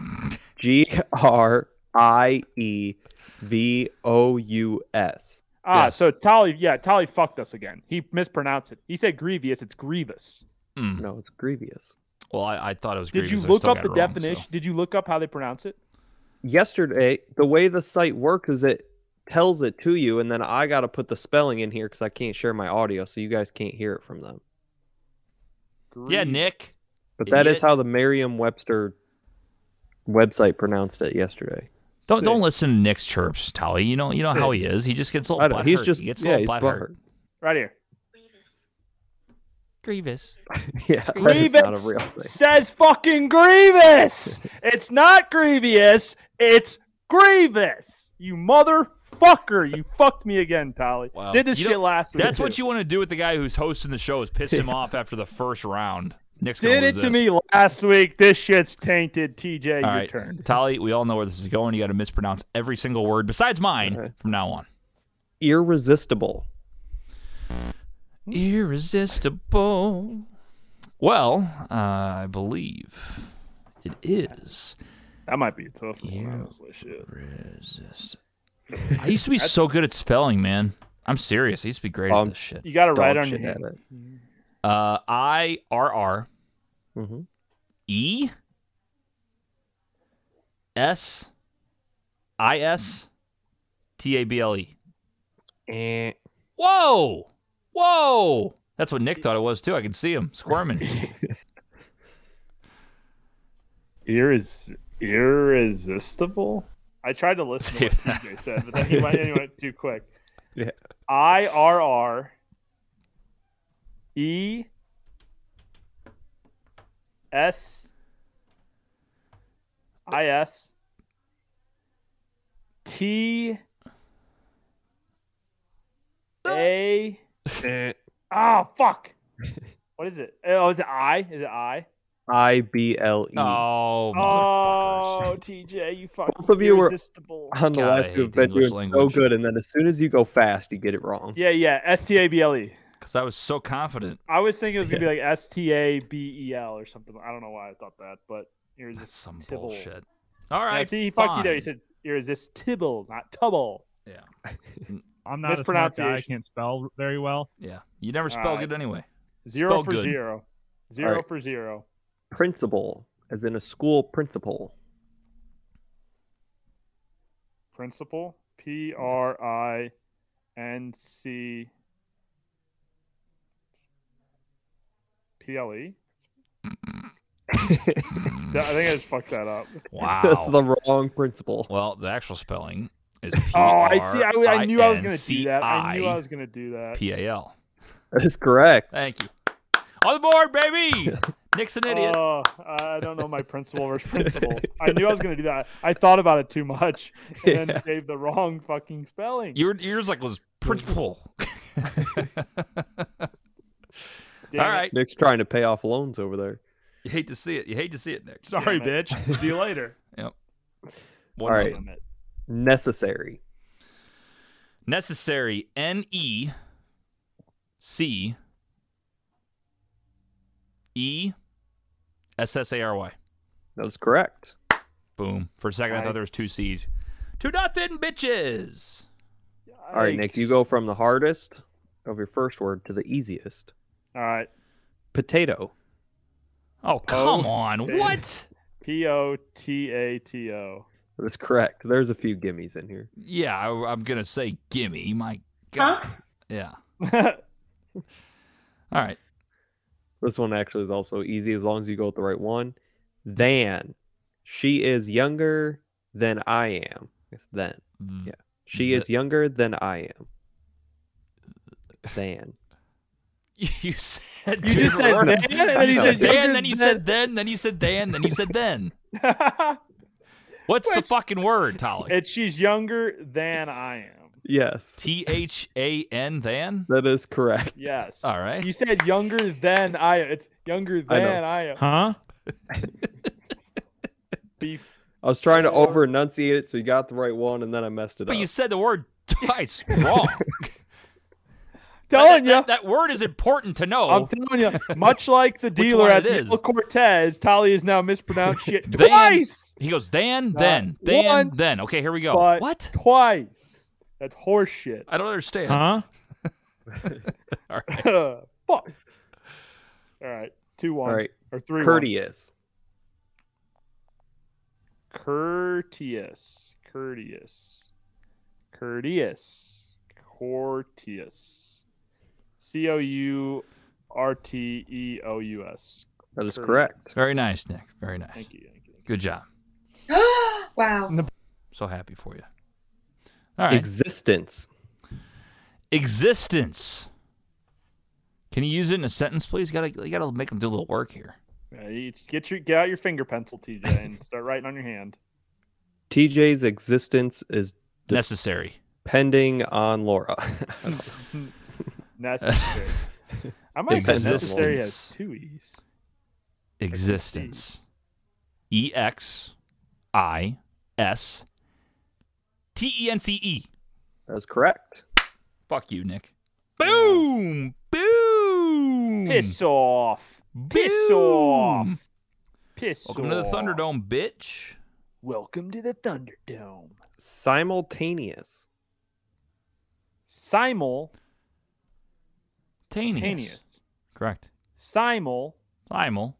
Speaker 5: G R I E V O U S.
Speaker 4: Ah,
Speaker 3: Yes.
Speaker 4: so Tolly, yeah, Tolly fucked us again. He mispronounced it. He said grievous. It's grievous.
Speaker 3: Mm.
Speaker 5: No, it's grievous.
Speaker 3: Well, I, I thought it was.
Speaker 4: Did you
Speaker 3: grievous. I
Speaker 4: look
Speaker 3: still
Speaker 4: up
Speaker 3: got
Speaker 4: the
Speaker 3: it wrong, so-
Speaker 4: definition? Did you look up how they pronounce it?
Speaker 5: Yesterday, the way the site works is it tells it to you, and then I got to put the spelling in here because I can't share my audio, so you guys can't hear it from them.
Speaker 3: Yeah, Nick.
Speaker 5: But that is
Speaker 3: Idiot.
Speaker 5: how the Merriam Webster website pronounced it yesterday.
Speaker 3: Don't don't listen to Nick's chirps, Tolly. You know you know how he is. He just gets a
Speaker 5: I
Speaker 3: little
Speaker 5: don't,
Speaker 3: butt
Speaker 5: he's
Speaker 3: hurt.
Speaker 5: just,
Speaker 3: he gets a
Speaker 5: yeah,
Speaker 3: little
Speaker 5: he's
Speaker 3: butt
Speaker 5: butthurt.
Speaker 4: Right here.
Speaker 3: Grievous.
Speaker 5: Yeah, that is not a
Speaker 4: Grievous
Speaker 5: real thing.
Speaker 4: says fucking grievous. it's not grievous. It's grievous. You motherfucker. You fucked me again, Tolly.
Speaker 3: Wow.
Speaker 4: Did this
Speaker 3: You
Speaker 4: shit
Speaker 3: don't-
Speaker 4: last week.
Speaker 3: That's what
Speaker 4: too.
Speaker 3: you want to do with the guy who's hosting the show is piss him off after the first round. Nick's gonna
Speaker 4: did it
Speaker 3: lose
Speaker 4: to
Speaker 3: this.
Speaker 4: me last week. This shit's tainted. TJ, your
Speaker 3: All right,
Speaker 4: turn.
Speaker 3: Tolly. We all know where this is going. You got to mispronounce every single word besides mine from now on.
Speaker 5: Irresistible.
Speaker 3: Irresistible. Well, uh, I believe it is.
Speaker 4: That might be a tough one.
Speaker 3: Yeah.
Speaker 4: honestly, shit.
Speaker 3: Resist. I used to be so good at spelling, man. I'm serious. I used to be great
Speaker 5: Um,
Speaker 3: at this shit.
Speaker 4: You got to write
Speaker 5: Dog
Speaker 4: on your
Speaker 5: shit
Speaker 4: hand.
Speaker 5: at it.
Speaker 3: Uh, I R R
Speaker 5: hmm
Speaker 3: E S I S T A B L E. Eh. Whoa! Whoa! That's what Nick thought it was too. I could see him squirming.
Speaker 4: Irres- irresistible. I tried to listen to what
Speaker 3: Save that.
Speaker 4: TJ said, but then he went, he went too quick.
Speaker 5: Yeah.
Speaker 4: I R R E S I S T A. Oh fuck! What is it? Oh, is it I? Is it I?
Speaker 5: I B L E.
Speaker 3: Oh, motherfuckers.
Speaker 4: Oh, TJ, you fucking
Speaker 5: Both of you were-
Speaker 4: irresistible.
Speaker 5: On the
Speaker 3: God, I
Speaker 5: left,
Speaker 3: hate
Speaker 5: you've
Speaker 3: the
Speaker 5: been
Speaker 3: English
Speaker 5: doing
Speaker 3: language.
Speaker 5: so good, and then as soon as you go fast, you get it wrong.
Speaker 4: Yeah, yeah, S T A B L E.
Speaker 3: Because I was so confident.
Speaker 4: I was thinking it was gonna be like S T A B E L or something. I don't know why I thought that, but irresistible.
Speaker 3: That's some bullshit. All right.
Speaker 4: Yeah, see, he
Speaker 3: fine.
Speaker 4: fucked you there. He said irresistible, not tubble.
Speaker 3: Yeah.
Speaker 6: I'm not a smart guy. I
Speaker 4: Mispronunciation.
Speaker 6: can't spell very well.
Speaker 3: Yeah. You never spell
Speaker 4: right.
Speaker 3: good anyway.
Speaker 4: Zero
Speaker 3: Spelled
Speaker 4: for
Speaker 3: good.
Speaker 4: zero. Zero
Speaker 5: right.
Speaker 4: for zero.
Speaker 5: Principal, as in a school principal.
Speaker 4: Principal. P R I N C P L E. Yeah, I think I just fucked that up.
Speaker 3: Wow.
Speaker 5: That's the wrong principal.
Speaker 3: well, the actual spelling is
Speaker 4: Oh, I see. I, I knew I was going to do that. I knew I
Speaker 3: P-R-I-N-C-I
Speaker 4: was going to do that.
Speaker 3: P A L.
Speaker 5: That is correct.
Speaker 3: Thank you. On the board, baby. Nick's an idiot.
Speaker 4: Oh, I don't know my principal versus principal. I knew I was going to do that. I thought about it too much and then gave the wrong fucking spelling.
Speaker 3: Your yours like was principal. All
Speaker 4: Damn it.
Speaker 3: right.
Speaker 5: Nick's trying to pay off loans over there.
Speaker 3: You hate to see it. You hate to see it, Nick.
Speaker 6: Sorry,
Speaker 4: Damn it.
Speaker 6: bitch. See you later.
Speaker 3: One
Speaker 5: All
Speaker 3: more.
Speaker 5: right.
Speaker 4: Damn it.
Speaker 5: Necessary.
Speaker 3: Necessary. N E C E S S A R Y.
Speaker 5: That was correct.
Speaker 3: Boom. For a second, I thought there was two C's. Two nothing, bitches.
Speaker 5: All right, Nick, you go from the hardest of your first word to the easiest.
Speaker 4: All right.
Speaker 5: Potato.
Speaker 3: Oh, come on. What?
Speaker 4: P O T A T O.
Speaker 5: That is correct. There's a few gimmies in here.
Speaker 3: Yeah, I, am going to say gimme. My God. Yeah. All right.
Speaker 5: This one actually is also easy as long as you go with the right one. Than. She is younger than I am. It's then.
Speaker 3: Th-
Speaker 5: Yeah. She is younger than I am. Than.
Speaker 3: You said
Speaker 4: You
Speaker 3: two
Speaker 4: just said
Speaker 3: words.
Speaker 4: then, and then
Speaker 3: You
Speaker 4: you
Speaker 3: said
Speaker 4: said
Speaker 3: then,
Speaker 4: younger
Speaker 3: then you
Speaker 4: than-
Speaker 3: said then, then you said then, then you said then. What's the
Speaker 4: Which-
Speaker 3: fucking word, Tolly?
Speaker 4: and she's younger than I am.
Speaker 5: Yes.
Speaker 3: T H A N than?
Speaker 5: That is correct.
Speaker 4: Yes.
Speaker 3: All right.
Speaker 4: You said younger than I am. It's younger
Speaker 5: I know.
Speaker 4: than I, am.
Speaker 6: Huh?
Speaker 4: Beef.
Speaker 5: I was trying to over enunciate it so you got the right one and then I messed it
Speaker 3: But
Speaker 5: up.
Speaker 3: you said the word twice wrong. that,
Speaker 4: Telling you.
Speaker 3: that, that word is important to know.
Speaker 4: I'm telling you, much like the dealer
Speaker 3: one
Speaker 4: at
Speaker 3: it
Speaker 4: the
Speaker 3: is.
Speaker 4: Yellow Cortez, Tali has now mispronounced shit
Speaker 3: Then-
Speaker 4: twice.
Speaker 3: He goes, Dan,
Speaker 4: Not
Speaker 3: then, Dan,
Speaker 4: once,
Speaker 3: then. Okay, here we go.
Speaker 4: but
Speaker 3: what?
Speaker 4: twice. That's horseshit.
Speaker 3: I don't understand.
Speaker 6: Huh?
Speaker 3: All right.
Speaker 4: Fuck. All right, two one.
Speaker 5: All right.
Speaker 4: or three.
Speaker 5: Courteous.
Speaker 4: One. Courteous, courteous, courteous, courteous. C o u r t e o u s.
Speaker 5: That is
Speaker 4: Courteous.
Speaker 5: correct.
Speaker 3: Very nice, Nick. Very nice.
Speaker 4: Thank you. Thank you.
Speaker 3: Good job.
Speaker 11: wow.
Speaker 3: So happy for you. All right.
Speaker 5: Existence.
Speaker 3: Existence. Can you use it in a sentence, please? Gotta, you gotta make them do a little work here.
Speaker 4: Yeah, you get your get out your finger pencil, TJ, and start writing on your hand.
Speaker 5: TJ's existence is
Speaker 3: Necessary.
Speaker 5: depending on Laura.
Speaker 4: Necessary. I might say necessary has
Speaker 3: Existence.
Speaker 4: two e's.
Speaker 3: Existence. E X I S T E N C E.
Speaker 5: that is correct.
Speaker 3: Fuck you, Nick. Boom! Boom!
Speaker 4: Piss off. Piss off.
Speaker 3: Hmm. Boom.
Speaker 4: Piss
Speaker 3: Welcome to the
Speaker 4: off.
Speaker 3: Thunderdome, bitch.
Speaker 4: Welcome to the Thunderdome.
Speaker 5: Simultaneous.
Speaker 4: Simultaneous.
Speaker 3: Taneous. Correct.
Speaker 4: Simultaneous.
Speaker 3: Simul.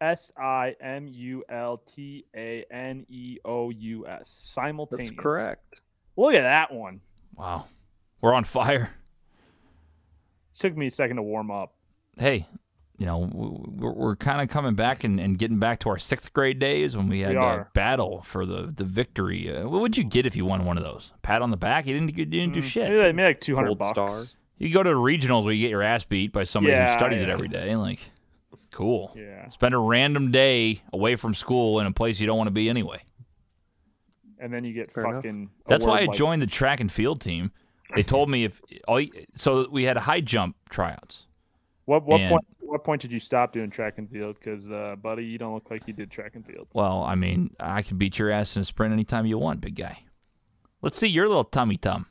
Speaker 4: S I M U L T A N E O U S.
Speaker 5: That's
Speaker 4: Simultaneous.
Speaker 5: correct.
Speaker 4: Look at that one.
Speaker 3: Wow. We're on fire.
Speaker 4: Took me a second to warm up.
Speaker 3: Hey, you know, w- we're, we're kind of coming back and, and getting back to our sixth grade days when we had
Speaker 4: We
Speaker 3: a
Speaker 4: are.
Speaker 3: battle for the, the victory. Uh, what would you get if you won one of those? Pat on the back? You didn't, you didn't do
Speaker 4: Maybe
Speaker 3: shit.
Speaker 4: like, maybe like 200
Speaker 5: Gold
Speaker 4: bucks.
Speaker 5: star.
Speaker 3: You go to the regionals where you get your ass beat by somebody who
Speaker 4: Yeah,
Speaker 3: studies it
Speaker 4: yeah.
Speaker 3: every day. Like, cool.
Speaker 4: Yeah.
Speaker 3: Spend a random day away from school in a place you don't want to be anyway.
Speaker 4: And then you get
Speaker 5: Fair enough.
Speaker 4: fucking. a
Speaker 3: That's why
Speaker 4: word
Speaker 3: I
Speaker 4: like-
Speaker 3: joined the track and field team. They told me if all you- so we had high jump tryouts.
Speaker 4: What, what,
Speaker 3: and-
Speaker 4: point, what point did you stop doing track and field? Because, uh, buddy, you don't look like you did track and field.
Speaker 3: Well, I mean, I could beat your ass in a sprint anytime you want, big guy. Let's see your little tummy tum.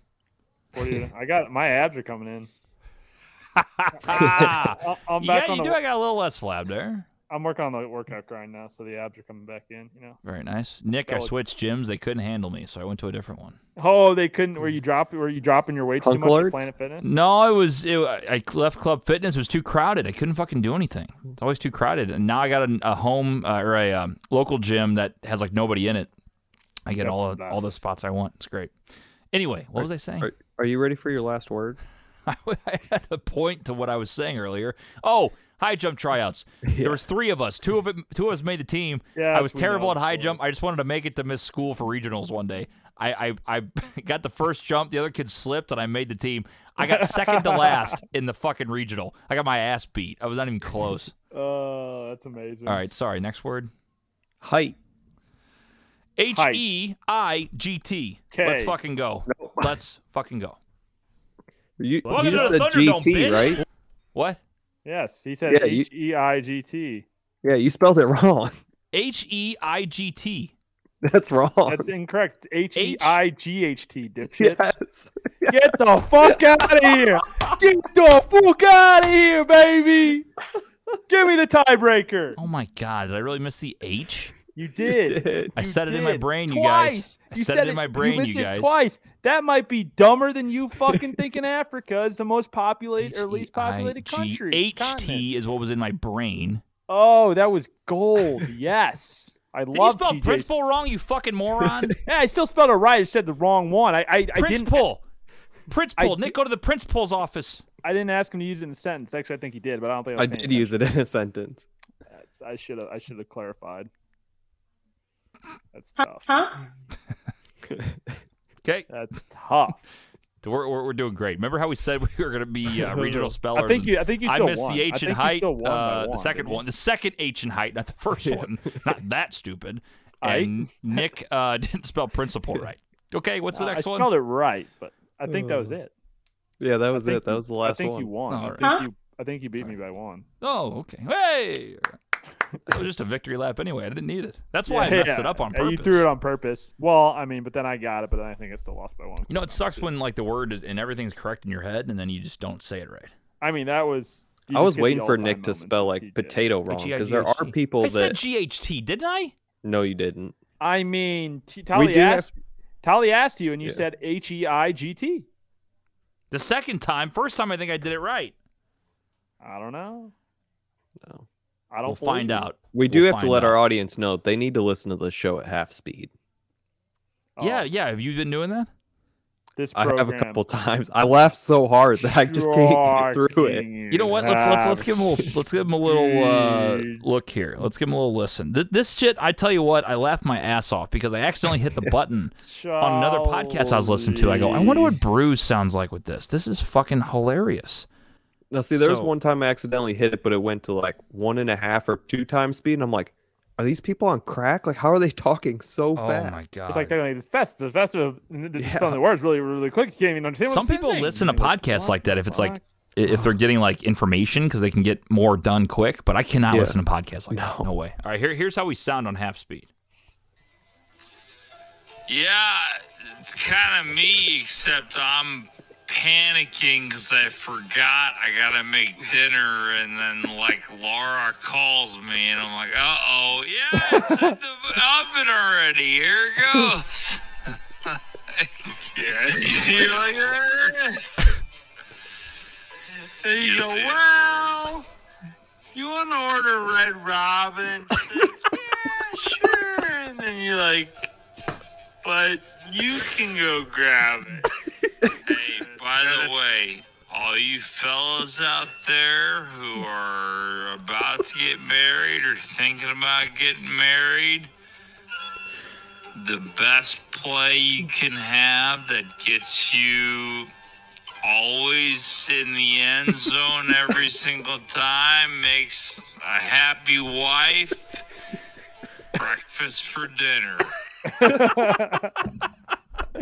Speaker 4: What do you, I got my abs are coming in.
Speaker 3: Ah,
Speaker 4: I- I'm back
Speaker 3: yeah,
Speaker 4: on
Speaker 3: you
Speaker 4: the
Speaker 3: do. I got a little less flab there.
Speaker 4: I'm working on the workout grind now, so the abs are coming back in. You know.
Speaker 3: Very nice, Nick. I
Speaker 4: Solid.
Speaker 3: switched gyms. They couldn't handle me, so I went to a different one.
Speaker 4: Oh, they couldn't. Were you drop? Were you dropping your weights too
Speaker 3: Hunk
Speaker 4: much
Speaker 3: alerts?
Speaker 4: at Planet Fitness?
Speaker 3: No, it was. It, I left Club Fitness. It was too crowded. I couldn't fucking do anything. It's always too crowded. And now I got a, a home uh, or a um, local gym that has like nobody in it. I get
Speaker 5: That's
Speaker 3: all
Speaker 5: the
Speaker 3: all the
Speaker 5: best.
Speaker 3: spots I want. It's great. Anyway, what
Speaker 5: Are-
Speaker 3: was I saying?
Speaker 5: Are, are you ready for your last word?
Speaker 3: I had a point to what I was saying earlier. Oh, high jump tryouts. There was three of us. Two of it, two of us made the team.
Speaker 4: Yes,
Speaker 3: I was
Speaker 4: we
Speaker 3: terrible
Speaker 4: know
Speaker 3: at high jump. I just wanted to make it to miss school for regionals one day. I, I, I got the first jump. The other kid slipped, and I made the team. I got second to last in the fucking regional. I got my ass beat. I was not even close.
Speaker 5: Mm.
Speaker 4: Oh, that's amazing.
Speaker 3: All right, sorry. Next word.
Speaker 5: Height.
Speaker 3: H e i g t.
Speaker 4: K.
Speaker 3: Let's fucking go. Let's fucking go.
Speaker 5: You,
Speaker 3: Welcome
Speaker 5: you
Speaker 3: to
Speaker 5: just
Speaker 3: the
Speaker 5: said
Speaker 3: Thunderdome,
Speaker 5: GT,
Speaker 3: bitch.
Speaker 5: right?
Speaker 3: What?
Speaker 4: Yes, he said
Speaker 5: Yeah, you-
Speaker 4: H E I G T.
Speaker 5: Yeah, you spelled it wrong.
Speaker 3: H e i g t.
Speaker 5: That's wrong.
Speaker 4: That's incorrect. H E I G H T, dipshit.
Speaker 5: yes.
Speaker 4: Get the fuck out of here! Get the fuck out of here, baby! Give me the tiebreaker.
Speaker 3: Oh my god! Did I really miss the H?
Speaker 4: You did.
Speaker 5: did.
Speaker 3: I
Speaker 4: You
Speaker 3: said it in my
Speaker 4: did.
Speaker 3: brain, you
Speaker 4: twice.
Speaker 3: guys. I
Speaker 4: You
Speaker 3: said, it in my brain,
Speaker 4: you,
Speaker 3: you,
Speaker 4: missed it
Speaker 3: guys.
Speaker 4: Twice. That might be dumber than you fucking thinking Africa is the most populated or
Speaker 3: E
Speaker 4: least populated country. continent.
Speaker 3: HT is what was in my brain.
Speaker 4: Oh, that was gold. yes. I
Speaker 3: Did you
Speaker 4: love
Speaker 3: spell
Speaker 4: TJ's.
Speaker 3: principal wrong, you fucking moron?
Speaker 4: Yeah, I still spelled it right. I said the wrong one. I I, I didn't
Speaker 3: principal. Principal.
Speaker 4: I
Speaker 3: Nick, go to the principal's office.
Speaker 4: I didn't ask him to use it in a sentence. Actually, I think he did, but I don't think
Speaker 5: I did use it in a sentence.
Speaker 4: I should have I should have clarified. That's
Speaker 11: Huh?
Speaker 4: tough.
Speaker 11: huh?
Speaker 3: Okay.
Speaker 4: That's tough.
Speaker 3: We're, we're, we're doing great. Remember how we said we were going to be uh, regional spellers?
Speaker 4: I think
Speaker 3: and
Speaker 4: you. I think you.
Speaker 3: I
Speaker 4: Still
Speaker 3: missed
Speaker 4: won.
Speaker 3: the
Speaker 4: I
Speaker 3: H in
Speaker 4: think you
Speaker 3: height.
Speaker 4: still won by
Speaker 3: uh, the
Speaker 4: one,
Speaker 3: second
Speaker 4: didn't you?
Speaker 3: one. The second H in height, not the first one. Not that stupid.
Speaker 4: Aight.
Speaker 3: And Nick uh, didn't spell principal right. Okay, what's the
Speaker 4: Uh,
Speaker 3: next
Speaker 4: I
Speaker 3: one?
Speaker 4: spelled it right, but I think that was it.
Speaker 5: Yeah, that was
Speaker 4: think
Speaker 5: Oh. it. That
Speaker 4: you-
Speaker 5: was the
Speaker 4: I
Speaker 5: last
Speaker 4: think
Speaker 5: one.
Speaker 4: you won. I
Speaker 3: All right.
Speaker 4: think
Speaker 11: Huh?
Speaker 4: you. I think you beat me by one.
Speaker 3: Oh, okay. Hey, that was just a victory lap anyway. I didn't need it. That's why I messed it up on
Speaker 4: Yeah,
Speaker 3: purpose.
Speaker 4: You threw it on purpose. Well, I mean, but then I got it, but then I think I still lost by one.
Speaker 3: You know, it sucks when like the word is and everything's correct in your head, and then you just don't say it right.
Speaker 4: I mean, that was. you
Speaker 5: I
Speaker 4: just
Speaker 5: was
Speaker 4: get the
Speaker 5: waiting for
Speaker 4: all-time
Speaker 5: Nick to
Speaker 4: moments
Speaker 5: spell
Speaker 4: with
Speaker 5: like
Speaker 4: TJ.
Speaker 5: potato wrong because there are
Speaker 3: H-E-I-G-H-T.
Speaker 5: people
Speaker 3: I said
Speaker 5: that
Speaker 3: GHT, didn't I?
Speaker 5: no, you didn't.
Speaker 4: I mean, T- Tali
Speaker 5: do have-
Speaker 4: asked. Tali asked you, and you
Speaker 5: Yeah.
Speaker 4: said H E I G T.
Speaker 3: The second time, first time I think I did it right.
Speaker 4: I don't know.
Speaker 5: No.
Speaker 4: I don't
Speaker 3: We'll find
Speaker 4: believe you.
Speaker 3: out.
Speaker 5: We do
Speaker 3: We'll
Speaker 5: have to
Speaker 3: find
Speaker 5: let our
Speaker 3: out.
Speaker 5: audience know they need to listen to the show at half speed.
Speaker 4: Oh,
Speaker 3: Yeah, yeah. Have you been doing that?
Speaker 4: This
Speaker 5: I
Speaker 4: program.
Speaker 5: have a couple times. I laughed so hard that I just can't get through it.
Speaker 4: Shocking.
Speaker 3: You know what? Let's let's
Speaker 4: Ah,
Speaker 3: let's give him a little, let's give him a little uh, look here. Let's give him a little listen. Th- this shit, I tell you what, I laughed my ass off because I accidentally hit the button on another podcast I was listening to. I go, I wonder what Bruise sounds like with this. This is fucking hilarious.
Speaker 5: Now, see, there was
Speaker 3: So-
Speaker 5: one time I accidentally hit it, but it went to like one and a half or two times speed, and I'm like, "Are these people on crack? Like, how are they talking so
Speaker 3: Oh
Speaker 5: fast?"
Speaker 3: my god!
Speaker 4: It's like technically this fest, this festival, and they're
Speaker 5: Yeah.
Speaker 4: just spelling the words really, really quick. You can't even understand. what
Speaker 3: Some
Speaker 4: they're
Speaker 3: people
Speaker 4: saying.
Speaker 3: listen to
Speaker 4: You go,
Speaker 3: podcasts
Speaker 4: "What
Speaker 3: like that
Speaker 4: the
Speaker 3: if it's
Speaker 4: fuck?"
Speaker 3: like i- if they're getting like information because they can get more done quick. But I cannot
Speaker 5: Yeah.
Speaker 3: listen to podcasts like that.
Speaker 5: No.
Speaker 3: No way. All right, here here's how we sound on half speed. Yeah, it's kind of me, except I'm panicking because I forgot I gotta make dinner, and then like Laura calls me, and I'm like, uh oh, yeah, it's in the oven already. Here it goes. yeah, you like You go, well, you want to order Red Robin? yeah, sure. And then you're like, but you can go grab it. hey, by the way, all you fellas out there who are about to get married or thinking about getting married, the best play you can have that gets you always in the end zone every single time makes a happy wife breakfast for dinner.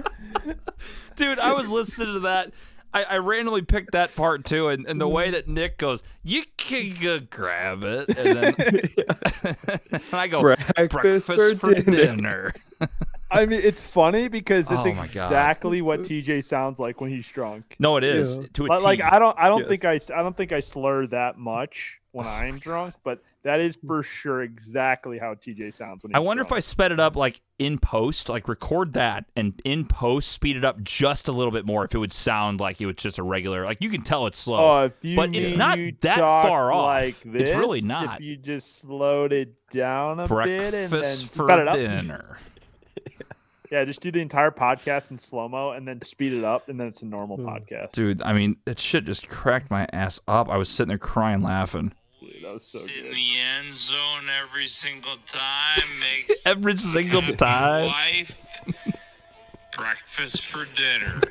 Speaker 3: Dude, I was listening to that. I, I randomly picked that part too, and, and the way that Nick goes, you can go grab it, and then and I go breakfast,
Speaker 5: Breakfast for
Speaker 3: for,
Speaker 5: dinner."
Speaker 3: dinner.
Speaker 4: I mean, it's funny because it's
Speaker 3: Oh my God.
Speaker 4: exactly what TJ sounds like when he's drunk.
Speaker 3: No, it is
Speaker 5: Yeah.
Speaker 3: to a
Speaker 4: Like, like
Speaker 3: T.
Speaker 4: I don't, I don't
Speaker 5: Yes.
Speaker 4: think I, I don't think I slur that much when I'm drunk. But That is for sure exactly how TJ sounds when
Speaker 3: I
Speaker 4: he's
Speaker 3: wonder if
Speaker 4: drunk.
Speaker 3: I sped it up like in post, like record that and in post speed it up just a little bit more if it would sound like it was just a regular like you can tell it's slow.
Speaker 4: Oh, if you
Speaker 3: but it's
Speaker 4: mean
Speaker 3: not
Speaker 4: you
Speaker 3: that
Speaker 4: talk
Speaker 3: far off.
Speaker 4: Like this,
Speaker 3: it's really not.
Speaker 4: If you just slowed it down a bit and then
Speaker 3: Breakfast for
Speaker 4: sped it up.
Speaker 3: dinner.
Speaker 4: Yeah, just do the entire podcast in slow mo and then speed it up, and then it's a normal podcast.
Speaker 3: Dude, I mean that shit just cracked my ass up. I was sitting there crying laughing.
Speaker 4: Dude, that was so good.
Speaker 12: in the end zone every single time makes
Speaker 3: Every single time.
Speaker 12: wife breakfast for dinner.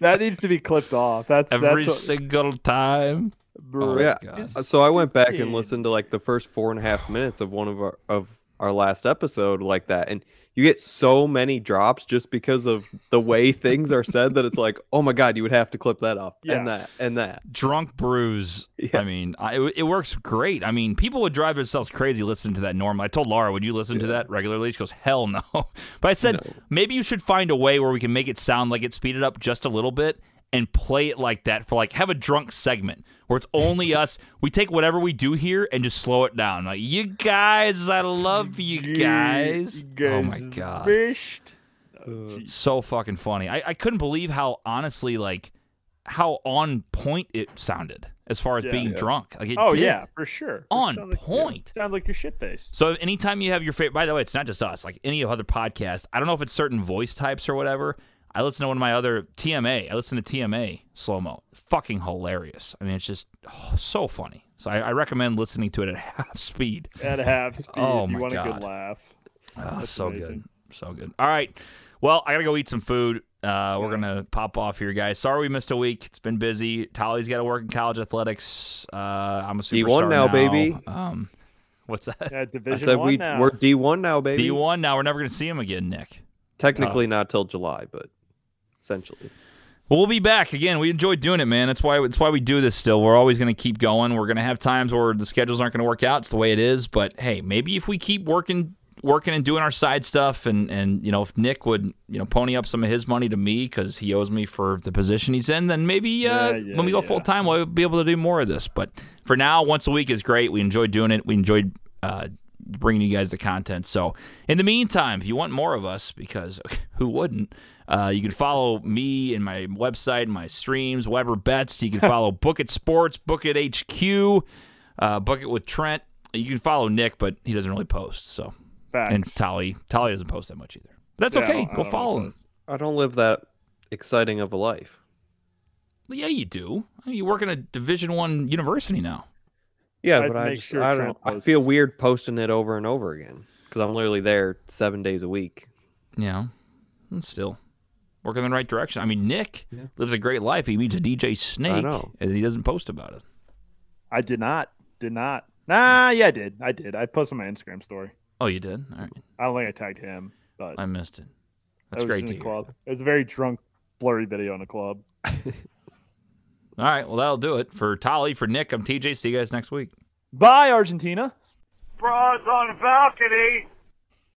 Speaker 4: that needs to be clipped off. That's
Speaker 3: Every
Speaker 4: that's what-
Speaker 3: single time.
Speaker 4: Bro,
Speaker 5: yeah.
Speaker 4: God.
Speaker 5: uh, So I went back and
Speaker 4: Insane.
Speaker 5: listened to like the first four and a half minutes of one of our of our last episode like that, and you get so many drops just because of the way things are said that it's like, oh my god, you would have to clip that off
Speaker 4: Yeah.
Speaker 5: and that and that.
Speaker 3: drunk brews. I mean, I, it- it works great. I mean, people would drive themselves crazy listening to that normal. I told Laura, would you listen to that regularly? She goes, hell no. But I said, maybe you should find a way where we can make it sound like it speeded up just a little bit and play it like that for like have a drunk segment where it's only us we take whatever we do here and just slow it down like you guys i love you guys oh my god
Speaker 4: Fished.
Speaker 3: so fucking funny. I, I couldn't believe how honestly, like, how on point it sounded as far as
Speaker 4: Yeah.
Speaker 3: being
Speaker 4: Yeah.
Speaker 3: drunk. Like, it
Speaker 4: oh
Speaker 3: did.
Speaker 4: yeah, for sure.
Speaker 3: On
Speaker 4: Sounds like-
Speaker 3: point.
Speaker 4: Sounds like your shit face.
Speaker 3: So anytime you have your favorite, by the way, it's not just us. Like any other podcast, I don't know if it's certain voice types or whatever. I listen to one of my other TMA. I listen to TMA slow mo. Fucking hilarious. I mean, it's just oh, so funny. So I, I recommend listening to it at half speed.
Speaker 4: At half speed,
Speaker 3: Oh
Speaker 4: if
Speaker 3: my
Speaker 4: you want a
Speaker 3: God.
Speaker 4: good laugh.
Speaker 3: Oh,
Speaker 4: That's
Speaker 3: so
Speaker 4: amazing.
Speaker 3: good. So good. All right. Well, I got to go eat some food. Uh, we're going to pop off here, guys. Sorry we missed a week. It's been busy. Tolly's got to work in college athletics. Uh, I'm a superstar.
Speaker 5: D1 now, baby.
Speaker 3: Um, what's that?
Speaker 4: Yeah,
Speaker 5: I
Speaker 4: division
Speaker 5: said
Speaker 4: one
Speaker 5: we
Speaker 4: now.
Speaker 5: we're D one now, baby.
Speaker 3: D1 now. We're never going to see him again, Nick.
Speaker 5: Technically not till July, but essentially.
Speaker 3: Well, we'll be back again. We enjoy doing it, man. That's why that's why we do this still. We're always going to keep going. We're going to have times where the schedules aren't going to work out. It's the way it is, but hey, maybe if we keep working working and doing our side stuff and and you know, if Nick would, you know, pony up some of his money to me cuz he owes me for the position he's in, then maybe uh,
Speaker 4: Yeah, yeah,
Speaker 3: when we go
Speaker 4: yeah.
Speaker 3: full time, we'll be able to do more of this. But for now, once a week is great. We enjoy doing it. We enjoyed uh bringing you guys the content. So, in the meantime, if you want more of us, because who wouldn't? Uh, you can follow me and my website, and my streams, Weber Bets. You can follow Book It Sports, Book It HQ, uh, Book It with Trent. You can follow Nick, but he doesn't really post. So,
Speaker 4: Facts.
Speaker 3: and Tolly, Tolly doesn't post that much either. But that's
Speaker 4: Yeah, I
Speaker 3: okay.
Speaker 4: don't- I
Speaker 3: Go
Speaker 4: don't
Speaker 3: follow
Speaker 4: really
Speaker 3: him.
Speaker 5: I don't live that exciting of a life.
Speaker 3: Well, yeah, you do. I mean, you work in a Division One university now.
Speaker 5: Yeah,
Speaker 4: I have
Speaker 5: but
Speaker 4: to
Speaker 5: I
Speaker 4: make
Speaker 5: just,
Speaker 4: sure
Speaker 5: I don't.
Speaker 4: Trent
Speaker 5: I
Speaker 4: posts.
Speaker 5: feel weird posting it over and over again because I'm literally there seven days a week.
Speaker 3: Yeah, and still working in the right direction. I mean, Nick lives a great life. He meets a DJ Snake,
Speaker 5: know.
Speaker 3: and he doesn't post about it.
Speaker 4: I did not. Did not. Nah, yeah, I did. I did. I posted my Instagram story.
Speaker 3: Oh, you did? All right.
Speaker 4: I don't think I tagged him, but
Speaker 3: I missed it.
Speaker 4: that
Speaker 3: That's
Speaker 4: was
Speaker 3: great
Speaker 4: in
Speaker 3: to
Speaker 4: the
Speaker 3: hear.
Speaker 4: club. It was a very drunk, blurry video in a club.
Speaker 3: All right. Well, that'll do it for Tolly, for Nick. I'm TJ. See you guys next week.
Speaker 4: Bye, Argentina.
Speaker 7: Bras on balcony.